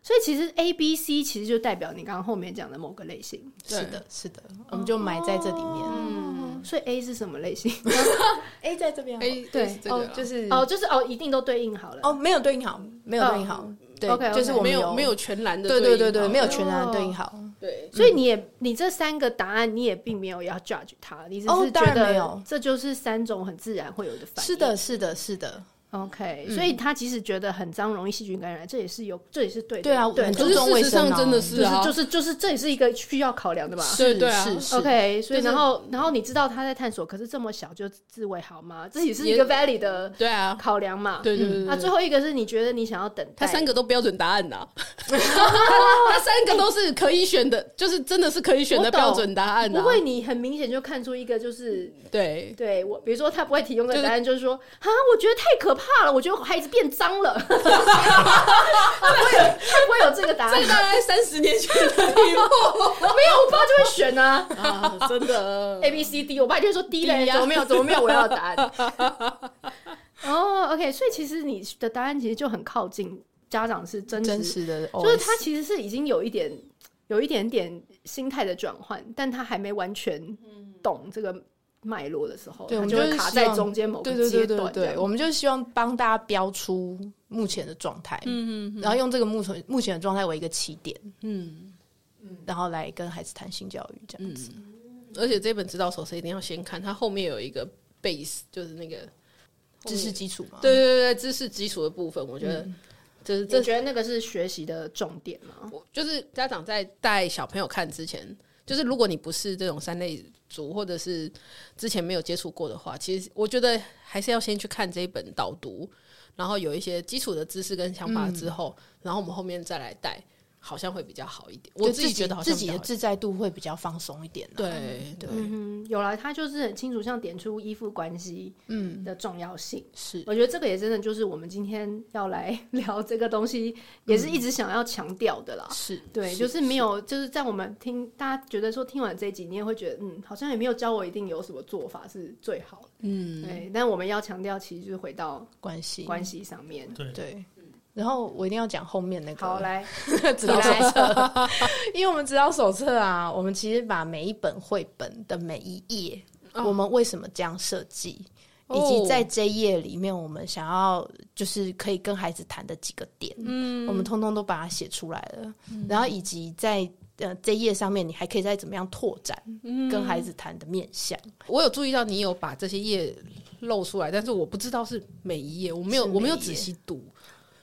Speaker 2: 所以其实 A、B、C 其实就代表你刚刚后面讲的某个类型。
Speaker 3: 是的，是的，我们就埋在这里面。
Speaker 1: 哦
Speaker 2: 嗯，所以 A 是什么类型？
Speaker 3: A 在这边
Speaker 1: A
Speaker 2: 对
Speaker 1: 是这个
Speaker 3: 哦
Speaker 1: 啦，
Speaker 3: 就是
Speaker 2: 哦，就是哦，一定都对应好了。
Speaker 3: 哦，没有对应好，没有对应
Speaker 1: 哦
Speaker 3: 好，对，
Speaker 2: OK，OK
Speaker 3: 就是我们
Speaker 1: 没有没有全然的
Speaker 3: 对对
Speaker 1: 应
Speaker 3: 对对，
Speaker 1: 好
Speaker 3: 没有全然对应
Speaker 2: 哦
Speaker 3: 好。
Speaker 1: 对
Speaker 2: 所以你也你这三个答案，你也并没有要 judge 它，你只
Speaker 3: 哦
Speaker 2: 是
Speaker 3: 当
Speaker 2: 觉
Speaker 3: 然没
Speaker 2: 得
Speaker 3: 有
Speaker 2: 这就是三种很自然会有的反应。
Speaker 3: 是的，是的，是的，
Speaker 2: OK，、所以他即使觉得很脏，容易细菌感染，这也是有，这也是对的。
Speaker 3: 对啊
Speaker 2: 对
Speaker 3: 很
Speaker 2: 就
Speaker 1: 可
Speaker 2: 是
Speaker 1: 是
Speaker 3: 注重
Speaker 1: 事
Speaker 3: 卫
Speaker 1: 实
Speaker 3: 生
Speaker 1: 上
Speaker 3: 啊
Speaker 1: 真的是啊，
Speaker 2: 就是就是这也是一个需要考量的吧。
Speaker 1: 对对啊
Speaker 3: 是是
Speaker 2: OK，所以
Speaker 1: 就是
Speaker 2: 然后然后你知道他在探索，可是这么小就自慰好吗？这也是一
Speaker 1: 也
Speaker 2: 个 valid 的
Speaker 1: 对啊，
Speaker 2: 考量嘛。
Speaker 1: 对对对对
Speaker 2: 那、最后一个是你觉得你想要等待，
Speaker 1: 他三个都标准答案呐、
Speaker 2: <laughs>
Speaker 1: 他他三个都是可以选的，就是真的是可以选的
Speaker 2: 我懂
Speaker 1: 标准答案、啊。
Speaker 2: 不会，你很明显就看出一个就是
Speaker 1: 对，
Speaker 2: 对我，比如说他不会提供的
Speaker 1: 就是
Speaker 2: 答案就是说，啊，我觉得太可怕了，我觉得我孩子变脏
Speaker 1: <laughs>
Speaker 2: 了， <laughs> 他不会有他不会有这个答案
Speaker 1: 这，大概三十年前的题
Speaker 2: <laughs> 没有，我爸就会选啊。
Speaker 1: 目啊，真的
Speaker 2: A B C D，我爸就会说 D 嘞，
Speaker 1: D 呀
Speaker 2: 怎么没有？怎么没有我要的答案？哦、o k 所以其实你的答案其实就很靠近家长是真实，
Speaker 3: 真实的 OS，
Speaker 2: 就是他其实是已经有一点有一点点心态的转换，但他还没完全懂这个脉络的时候，
Speaker 3: 对
Speaker 2: 他
Speaker 3: 我们
Speaker 2: 就会
Speaker 3: 就是
Speaker 2: 卡
Speaker 3: 希
Speaker 2: 在
Speaker 3: 望
Speaker 2: 中间某个
Speaker 3: 对对
Speaker 2: 阶
Speaker 3: 对对
Speaker 2: 段这样。
Speaker 3: 对，我们就是希望帮大家标出目前的状态，嗯嗯，然后用这个目前目前的状态为一个起点，
Speaker 1: 嗯，
Speaker 3: 然后来跟孩子谈性教育这样
Speaker 2: 嗯
Speaker 3: 子。
Speaker 1: 而且这本指导手册一定要先看，它后面有一个 base，就是那个
Speaker 3: 知识基础
Speaker 2: 啊
Speaker 3: 嘛，
Speaker 1: 对对对对知识基础的部分，我觉
Speaker 2: 嗯
Speaker 1: 得就是这
Speaker 2: 你觉得那个是学习的重点吗？
Speaker 1: 我就是家长在带小朋友看之前，就是如果你不是这种三类族，或者是之前没有接触过的话，其实我觉得还是要先去看这一本导读，然后有一些基础的知识跟想法
Speaker 3: 嗯
Speaker 1: 之后，然后我们后面再来带，好像会比较好一点。我
Speaker 3: 就
Speaker 1: 自己觉得好像
Speaker 3: 自
Speaker 1: 比
Speaker 3: 己
Speaker 1: 较
Speaker 3: 的
Speaker 1: 好一点
Speaker 3: 自在度会比较放松一点啊。
Speaker 1: 对对
Speaker 2: 嗯，有了，他就是很清楚，像点出依附关系
Speaker 3: 嗯，
Speaker 2: 的重要性。
Speaker 3: 是
Speaker 2: 我觉得这个也真的就是我们今天要来 <laughs> 聊这个东西，也是一直想要强调的啦。
Speaker 3: 嗯是，
Speaker 2: 对，就是没有，就是在我们听大家觉得说听完这一集，你也会觉得，嗯，好像也没有教我一定有什么做法是最好的。嗯，对。但我们要强调，其实就是回到
Speaker 3: 关系
Speaker 2: 关系上面。
Speaker 3: 对。然后我一定要讲后面那个，
Speaker 2: 好，
Speaker 3: <laughs>
Speaker 2: 来，
Speaker 3: 指导手册， <laughs> 因为我们指导手册啊，我们其实把每一本绘本的每一页，我们为什么这样设计，以及
Speaker 1: 哦
Speaker 3: 在这一页里面，我们想要就是可以跟孩子谈的几个点，嗯，我们通通都把它写出来了，然后以及在。呃，这一页上面你还可以再怎么样拓展，跟孩子谈的面向，
Speaker 1: 我有注意到你有把这些页露出来，但是我不知道是每一页，我没有
Speaker 3: 是
Speaker 1: 我没有
Speaker 3: 每一
Speaker 1: 仔
Speaker 3: 页哦
Speaker 1: 细读，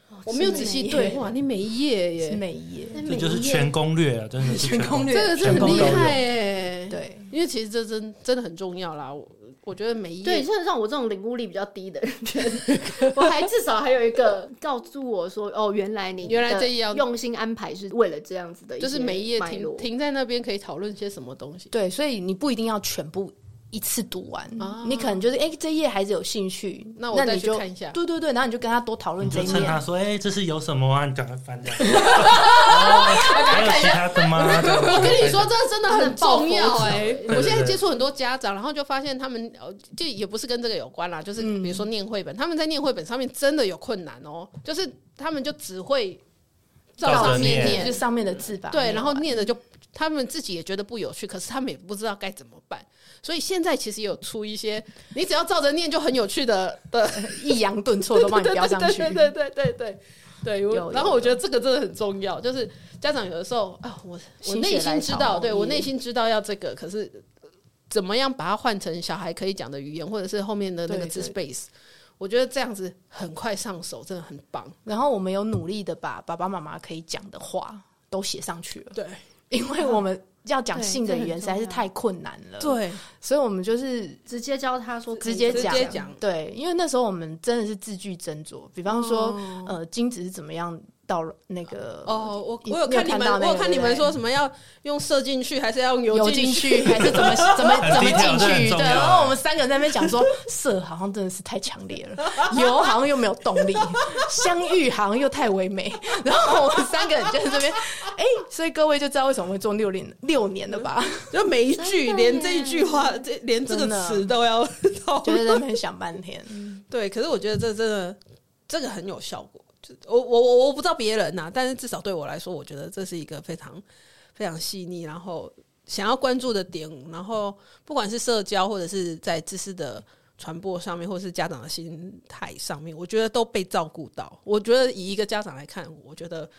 Speaker 2: 哦
Speaker 1: 我没有仔细
Speaker 3: 每一
Speaker 1: 对，
Speaker 3: 页
Speaker 1: 哇，你每一页
Speaker 3: 是
Speaker 1: 耶，
Speaker 3: 每一页，
Speaker 4: 这就是全攻略了，真的是全攻
Speaker 1: 这个是
Speaker 4: 全
Speaker 1: 很
Speaker 4: 部
Speaker 1: 厉
Speaker 4: 都有
Speaker 1: 害哎，
Speaker 3: 对，
Speaker 1: 因为其实这真真的很重要啦。我我觉得每一页
Speaker 2: 对，像像我这种领悟力比较低的人， <laughs> 我还至少还有一个告诉我说，哦，原来你
Speaker 1: 原来
Speaker 2: 的
Speaker 1: 这一页要
Speaker 2: 用心安排是为了这样子的一些
Speaker 1: 就
Speaker 2: 脉络，
Speaker 1: 是每一页停停在那边可以讨论些什么东西。
Speaker 3: 对，所以你不一定要全部一次读完，
Speaker 1: 啊
Speaker 3: 你可能就是哎、诶这一页孩子有兴趣，
Speaker 1: 那
Speaker 3: 那
Speaker 1: 我再
Speaker 3: 你
Speaker 1: 去
Speaker 3: 就
Speaker 1: 看一下
Speaker 3: 对对对，然后你就跟他多讨论
Speaker 4: 你
Speaker 3: 这
Speaker 4: 就
Speaker 3: 一
Speaker 4: 趁他
Speaker 3: 面。
Speaker 4: 说：“哎、这是有什么啊？”你赶快翻掉。哦还有其他的吗？我
Speaker 1: 我跟你说，，这真的很重要哎、
Speaker 4: 对对
Speaker 1: 我现在接触很多家长，然后就发现他们呃，就也不是跟这个有关啦，就是比如说念绘本，他们在念绘本上面真的有困难哦，就是他们就只会
Speaker 4: 照着
Speaker 1: 着
Speaker 4: 念
Speaker 3: 就上面的字吧。啊
Speaker 1: 对，然后
Speaker 3: 念
Speaker 1: 念着就他们自己也觉得不有趣，可是他们也不知道该怎么办。所以现在其实也有出一些，你只要照着念就很有趣的 <laughs> 的，
Speaker 3: 抑扬顿挫 <laughs> 都帮你
Speaker 2: 欸
Speaker 3: 标上去。
Speaker 1: <laughs> 对对对对对对对对。
Speaker 3: 有
Speaker 1: 我然后
Speaker 3: 有
Speaker 1: 我觉得这个真的很重要，就是家长有的时候啊，我我
Speaker 3: 心血
Speaker 1: 内
Speaker 3: 来
Speaker 1: 心知
Speaker 3: 潮
Speaker 1: 道，对我
Speaker 3: 嗯
Speaker 1: 内心知道要这个，可是怎么样把它换成小孩可以讲的语言，或者是后面的那个
Speaker 3: 对
Speaker 1: 字
Speaker 3: 对
Speaker 1: space，我觉得这样子很快上手，真的很棒。
Speaker 3: 然后我们有努力的把爸爸妈妈可以讲的话都写上去了， <laughs>
Speaker 1: 对
Speaker 3: 因为我们要讲
Speaker 2: 对
Speaker 3: 性的
Speaker 2: 这很
Speaker 3: 语言实在是
Speaker 2: 重要
Speaker 3: 太困难了。，
Speaker 1: 对，
Speaker 3: 所以我们就是
Speaker 2: 直接教他说可以
Speaker 3: 直接
Speaker 2: 怎么
Speaker 3: 讲
Speaker 1: 直接讲
Speaker 3: 对，因为那时候我们真的是字句斟酌，比方说、呃，精子是怎么样到那个
Speaker 1: 哦，我
Speaker 3: 嗯你
Speaker 1: 我有
Speaker 3: 你有
Speaker 1: 看你
Speaker 3: 看
Speaker 1: 们，
Speaker 3: 到那
Speaker 1: 我有
Speaker 3: 个
Speaker 1: 看
Speaker 3: 对
Speaker 1: 你
Speaker 3: 不
Speaker 1: 们
Speaker 3: 对
Speaker 1: 说什么要用射进去，还是要用
Speaker 3: 游
Speaker 1: 游
Speaker 3: 进
Speaker 1: 进去？ <laughs>
Speaker 3: 去还是怎么 <laughs> 怎么怎么
Speaker 4: detail，
Speaker 3: 进
Speaker 4: 这很
Speaker 3: 去？
Speaker 4: 重
Speaker 3: 对，
Speaker 4: 要
Speaker 3: 然后我们三个人在那边讲说，色好像真的是太强烈了，油好像又没有动力，相遇好像又太唯美。然后我们三个人就在这边，哎、所以各位就知道为什么会做六年六年了吧？
Speaker 1: 就每一句，
Speaker 2: 真的
Speaker 1: 连
Speaker 2: 耶
Speaker 1: 这一句话，这连这个
Speaker 3: 真的
Speaker 1: 词都要 <laughs>
Speaker 2: 哦
Speaker 1: 到。
Speaker 3: 就在那边想半天。
Speaker 1: 对，可是我觉得这真的，这个很有效果。就我我我我不知道别人呐、啊但是至少对我来说，我觉得这是一个非常非常细腻，然后想要关注的点。然后不管是社交，或者是在知识的传播上面，或是家长的心态上面，我觉得都被照顾到。我觉得以一个家长来看，我觉得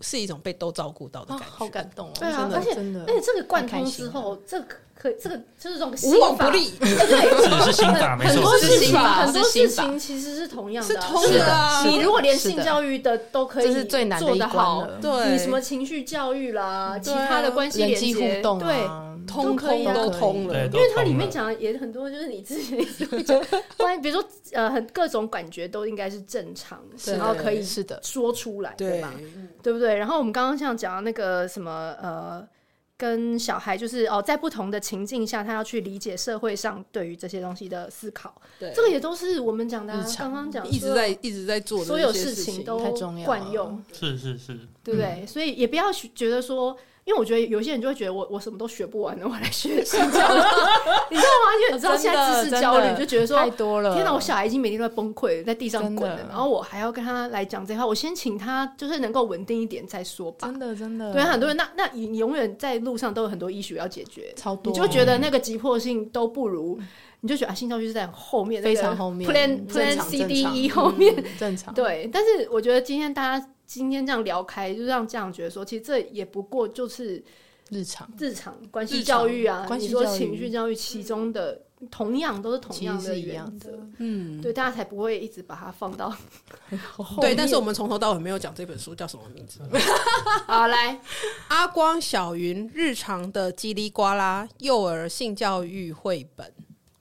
Speaker 1: 是一种被都照顾到的
Speaker 3: 啊
Speaker 1: 感觉，，
Speaker 3: 好感动哦！
Speaker 2: 对啊，
Speaker 3: 真的
Speaker 2: 而且
Speaker 3: 真的
Speaker 2: 而且这个贯
Speaker 3: 很
Speaker 2: 通
Speaker 3: 开心
Speaker 2: 之后，这个可以这个就是这种
Speaker 1: 无往
Speaker 2: 心
Speaker 1: 不
Speaker 2: 法，
Speaker 1: 利。
Speaker 2: <laughs> 对，
Speaker 4: 是是心法，没
Speaker 1: 很
Speaker 4: 错
Speaker 1: 多，
Speaker 3: 是心法
Speaker 2: 很多
Speaker 3: 是
Speaker 2: 事
Speaker 3: 心法
Speaker 2: 情其实是同样
Speaker 1: 是
Speaker 2: 的啊，
Speaker 1: 通的啊
Speaker 2: 你如果连
Speaker 3: 是的
Speaker 2: 性教育的都可以，
Speaker 3: 这是最难的
Speaker 2: 做
Speaker 3: 一
Speaker 2: 得
Speaker 3: 关
Speaker 2: 好，
Speaker 3: 了，
Speaker 1: 对，
Speaker 2: 你什么情绪教育啦，其
Speaker 1: 对啊
Speaker 2: 他的关系
Speaker 3: 人
Speaker 2: 连
Speaker 3: 际互
Speaker 2: 接
Speaker 3: 动
Speaker 2: 对。
Speaker 3: 啊，
Speaker 1: 通
Speaker 2: 都可以
Speaker 1: 通
Speaker 2: 啊
Speaker 1: 都通了
Speaker 4: 对，。
Speaker 2: 因为它里
Speaker 4: 都通了
Speaker 2: 面讲的也很多，就是你自己会讲关于，比如说呃，很各种感觉都应该是正常，
Speaker 1: 对
Speaker 2: 然后可以
Speaker 3: 是的，
Speaker 2: 说出
Speaker 3: 啊
Speaker 2: 来，对
Speaker 1: 对
Speaker 2: 吧？对不对？然后我们刚刚像讲到那个什么呃，跟小孩就是哦，在不同的情境下，他要去理解社会上对于这些东西的思考，
Speaker 1: 对，
Speaker 2: 这个也都是我们讲的、啊
Speaker 3: 日，常
Speaker 2: 刚刚讲
Speaker 1: 一直
Speaker 2: 说
Speaker 1: 在一直在做的
Speaker 2: 所有
Speaker 1: 一些
Speaker 2: 事
Speaker 1: 事
Speaker 2: 情都
Speaker 3: 太重要
Speaker 2: 惯
Speaker 3: 了
Speaker 2: 用，
Speaker 4: 是是是，嗯
Speaker 2: 对不对？
Speaker 3: 嗯
Speaker 2: 所以也不要学觉得说，因为我觉得有些人就会觉得我我什么都学不完了，我来学
Speaker 3: <laughs>
Speaker 2: 性教育，你知道吗？因为你知道现在知识焦虑，
Speaker 3: 真的
Speaker 2: 你就觉得说
Speaker 3: 太多了。
Speaker 2: 天哪，我小孩已经每天都在崩溃，在地上滚了
Speaker 3: 真，的
Speaker 2: 然后我还要跟他来讲这些话，我先请他就是能够稳定一点再说吧。
Speaker 3: 真的真的，
Speaker 2: 对，啊很多人那那你你永远在路上都有很多 issue 要解决，
Speaker 3: 超多，嗯
Speaker 2: 你就觉得那个急迫性都不如，你就觉得啊，性教育是在后面，
Speaker 3: 非常后面
Speaker 2: plan
Speaker 3: 正
Speaker 2: plan
Speaker 3: 常
Speaker 2: C D
Speaker 3: 正常
Speaker 2: E <laughs> 后面，
Speaker 3: 嗯正常。
Speaker 2: 对，但是我觉得今天大家今天这样聊开，就让这样觉得说，其实这也不过就是
Speaker 3: 日常
Speaker 2: 日常关
Speaker 1: 日
Speaker 2: 系
Speaker 1: 常
Speaker 2: 教育啊，
Speaker 3: 关系
Speaker 2: 你说
Speaker 3: 教育
Speaker 2: 情绪教育其中的同样都是同
Speaker 3: 其
Speaker 2: 样
Speaker 3: 实
Speaker 2: 的
Speaker 3: 是一
Speaker 2: 原
Speaker 3: 样
Speaker 2: 则
Speaker 3: 的，
Speaker 1: 嗯，
Speaker 2: 对，大家才不会一直把它放
Speaker 3: <laughs>
Speaker 2: 到后
Speaker 1: 对。但是我
Speaker 2: 们
Speaker 1: 们从头到尾没有讲这本书叫什么名字，《
Speaker 2: 好来，
Speaker 1: 阿光小云日常的叽里呱啦幼儿性教育绘本》。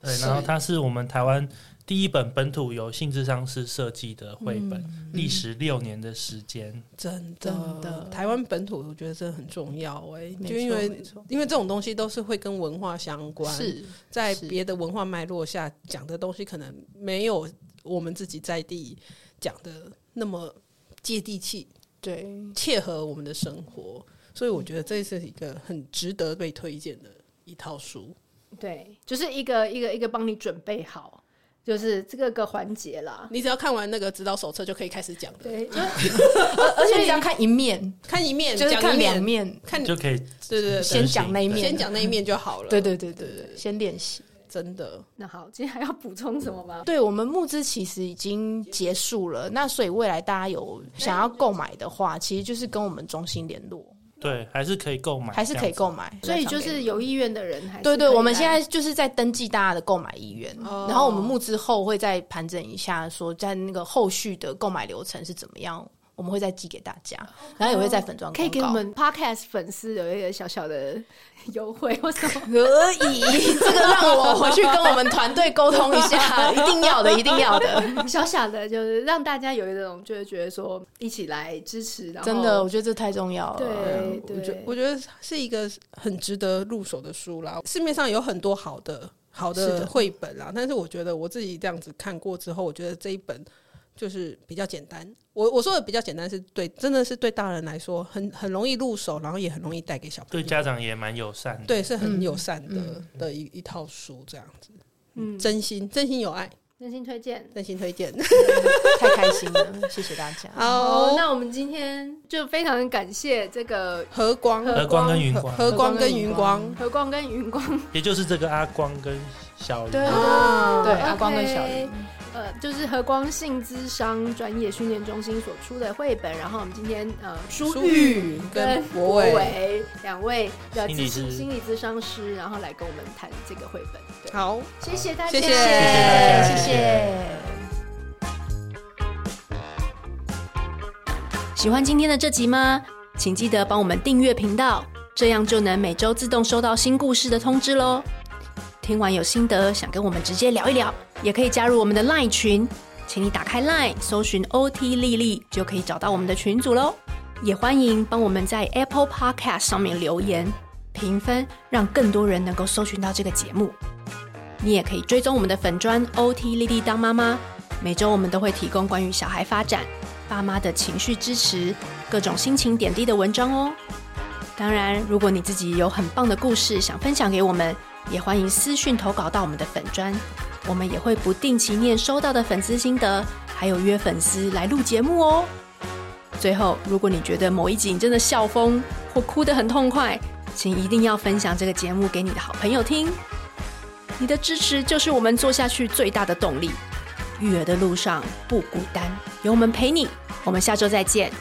Speaker 4: 对，
Speaker 1: 是
Speaker 4: 然后它是我们台湾第一本本土由性智商师设计的绘本，历时六年的时间。
Speaker 1: 真的，
Speaker 3: 真的
Speaker 1: 台湾本土我觉得真的很重要哎、
Speaker 3: 没
Speaker 1: 就因
Speaker 3: 错
Speaker 1: 为
Speaker 3: 没错
Speaker 1: 因为这种东西都是会跟文化相关，
Speaker 3: 是
Speaker 1: 在
Speaker 3: 是
Speaker 1: 别的文化脉络下讲的东西，可能没有我们自己在地讲的那么接地气，
Speaker 3: 对，
Speaker 1: 切合我们的生活，所以我觉得这是一个很值得被推荐的一套书。
Speaker 2: 对，就是一个一个一个帮你准备好，就是这个个环节啦。
Speaker 1: 你只要看完那个指导手册就可以开始讲了，
Speaker 2: 对，
Speaker 3: <laughs>
Speaker 2: 就
Speaker 3: 而而且你要看一面，
Speaker 1: 看一面
Speaker 3: 就是
Speaker 1: 讲
Speaker 3: 看
Speaker 1: 一
Speaker 3: 两
Speaker 1: 面，
Speaker 3: 面，
Speaker 1: 看
Speaker 4: 就可以
Speaker 1: 对对对，
Speaker 3: 先讲那一面
Speaker 1: 先讲那一面就好了。
Speaker 3: 对对对对对，先练习。
Speaker 1: 真的，
Speaker 2: 那好，今天还要补充什么吗？
Speaker 3: 对我们募资其实已经结束了，那所以未来大家有想要购买的话，其实就是跟我们中心联络，
Speaker 4: 对，还是可以购买，
Speaker 3: 还是可以购买。
Speaker 2: 所以就是有意愿的人还是
Speaker 3: 对对，
Speaker 2: 可以
Speaker 3: 我们
Speaker 2: 来
Speaker 3: 现在就是在登记大家的购买意愿，
Speaker 1: 哦
Speaker 3: 然后我们募资后会再盘整一下，说在那个后续的购买流程是怎么样，我们会再寄给大家，然后也会在粉妆
Speaker 2: 哦可以给我们 podcast 粉丝有一个小小的优惠 <laughs> 或什么。
Speaker 3: 可以，这个让我回去跟我们团队沟通一 <laughs> 下，一定要的，一定要的，
Speaker 2: 小小的，就是让大家有一种就是觉得说一起来支持，然后
Speaker 3: 真的，我觉得这太重要了。
Speaker 2: 对
Speaker 1: 我觉
Speaker 2: 对，
Speaker 1: 我觉得是一个很值得入手的书啦。市面上有很多好的好
Speaker 3: 是
Speaker 1: 的
Speaker 3: 的
Speaker 1: 绘本啦，但是我觉得我自己这样子看过之后，我觉得这一本就是比较简单。我我说的比较简单是对，真的是对大人来说很很容易入手，然后也很容易带给小朋
Speaker 4: 对
Speaker 1: 友。
Speaker 4: 家长也蛮友善的。
Speaker 1: 对，是很友善的、
Speaker 3: 嗯
Speaker 1: 的一一套书，这样子，
Speaker 2: 嗯，
Speaker 1: 真心真心有爱，
Speaker 2: 真心推荐。
Speaker 1: 真心推荐。
Speaker 3: 太开心了，谢谢大家。
Speaker 1: 好，
Speaker 2: 那我们今天就非常感谢这个
Speaker 1: 和光、
Speaker 2: 和
Speaker 4: 和光跟云光，
Speaker 1: 和光跟云光
Speaker 2: 何光跟云光，哦
Speaker 4: 也就是这个阿光跟小云。
Speaker 3: 对
Speaker 1: 啊
Speaker 3: 对，
Speaker 2: OK
Speaker 3: 阿光跟小林，
Speaker 2: 呃，就是和光性资商专业训练中心所出的绘本。然后我们今天呃，
Speaker 1: 舒
Speaker 2: 舒玉
Speaker 1: 玉
Speaker 2: 跟
Speaker 1: 跟
Speaker 2: 博
Speaker 1: 博伟。
Speaker 2: 伟两位的
Speaker 4: 心理
Speaker 2: 咨
Speaker 4: 师
Speaker 2: 心理咨商师，然后来跟我们谈这个绘本。对，
Speaker 1: 好，
Speaker 2: 谢谢大家，
Speaker 1: 谢谢
Speaker 4: 大家
Speaker 3: 谢谢。
Speaker 2: 喜欢今天的这集吗？请记得帮我们订阅频道，这样就能每周自动收到新故事的通知喽。听完有心得，想跟我们直接聊一聊，也可以加入我们的 LINE 群，请你打开 LINE 搜寻 OT 丽丽，就可以找到我们的群组喽。也欢迎帮我们在 Apple Podcast 上面留言评分，让更多人能够搜寻到这个节目。你也可以追踪我们的粉砖 OT 丽丽当妈妈，每周我们都会提供关于小孩发展、爸妈的情绪支持、各种心情点滴的文章哦。当然，如果你自己有很棒的故事想分享给我们，也欢迎私讯投稿到我们的粉砖，我们也会不定期念收到的粉丝心得，还有约粉丝来录节目哦。最后，如果你觉得某一集你真的笑疯或哭得很痛快，请一定要分享这个节目给你的好朋友听。你的支持就是我们做下去最大的动力。育儿的路上不孤单，有我们陪你。我们下周再见，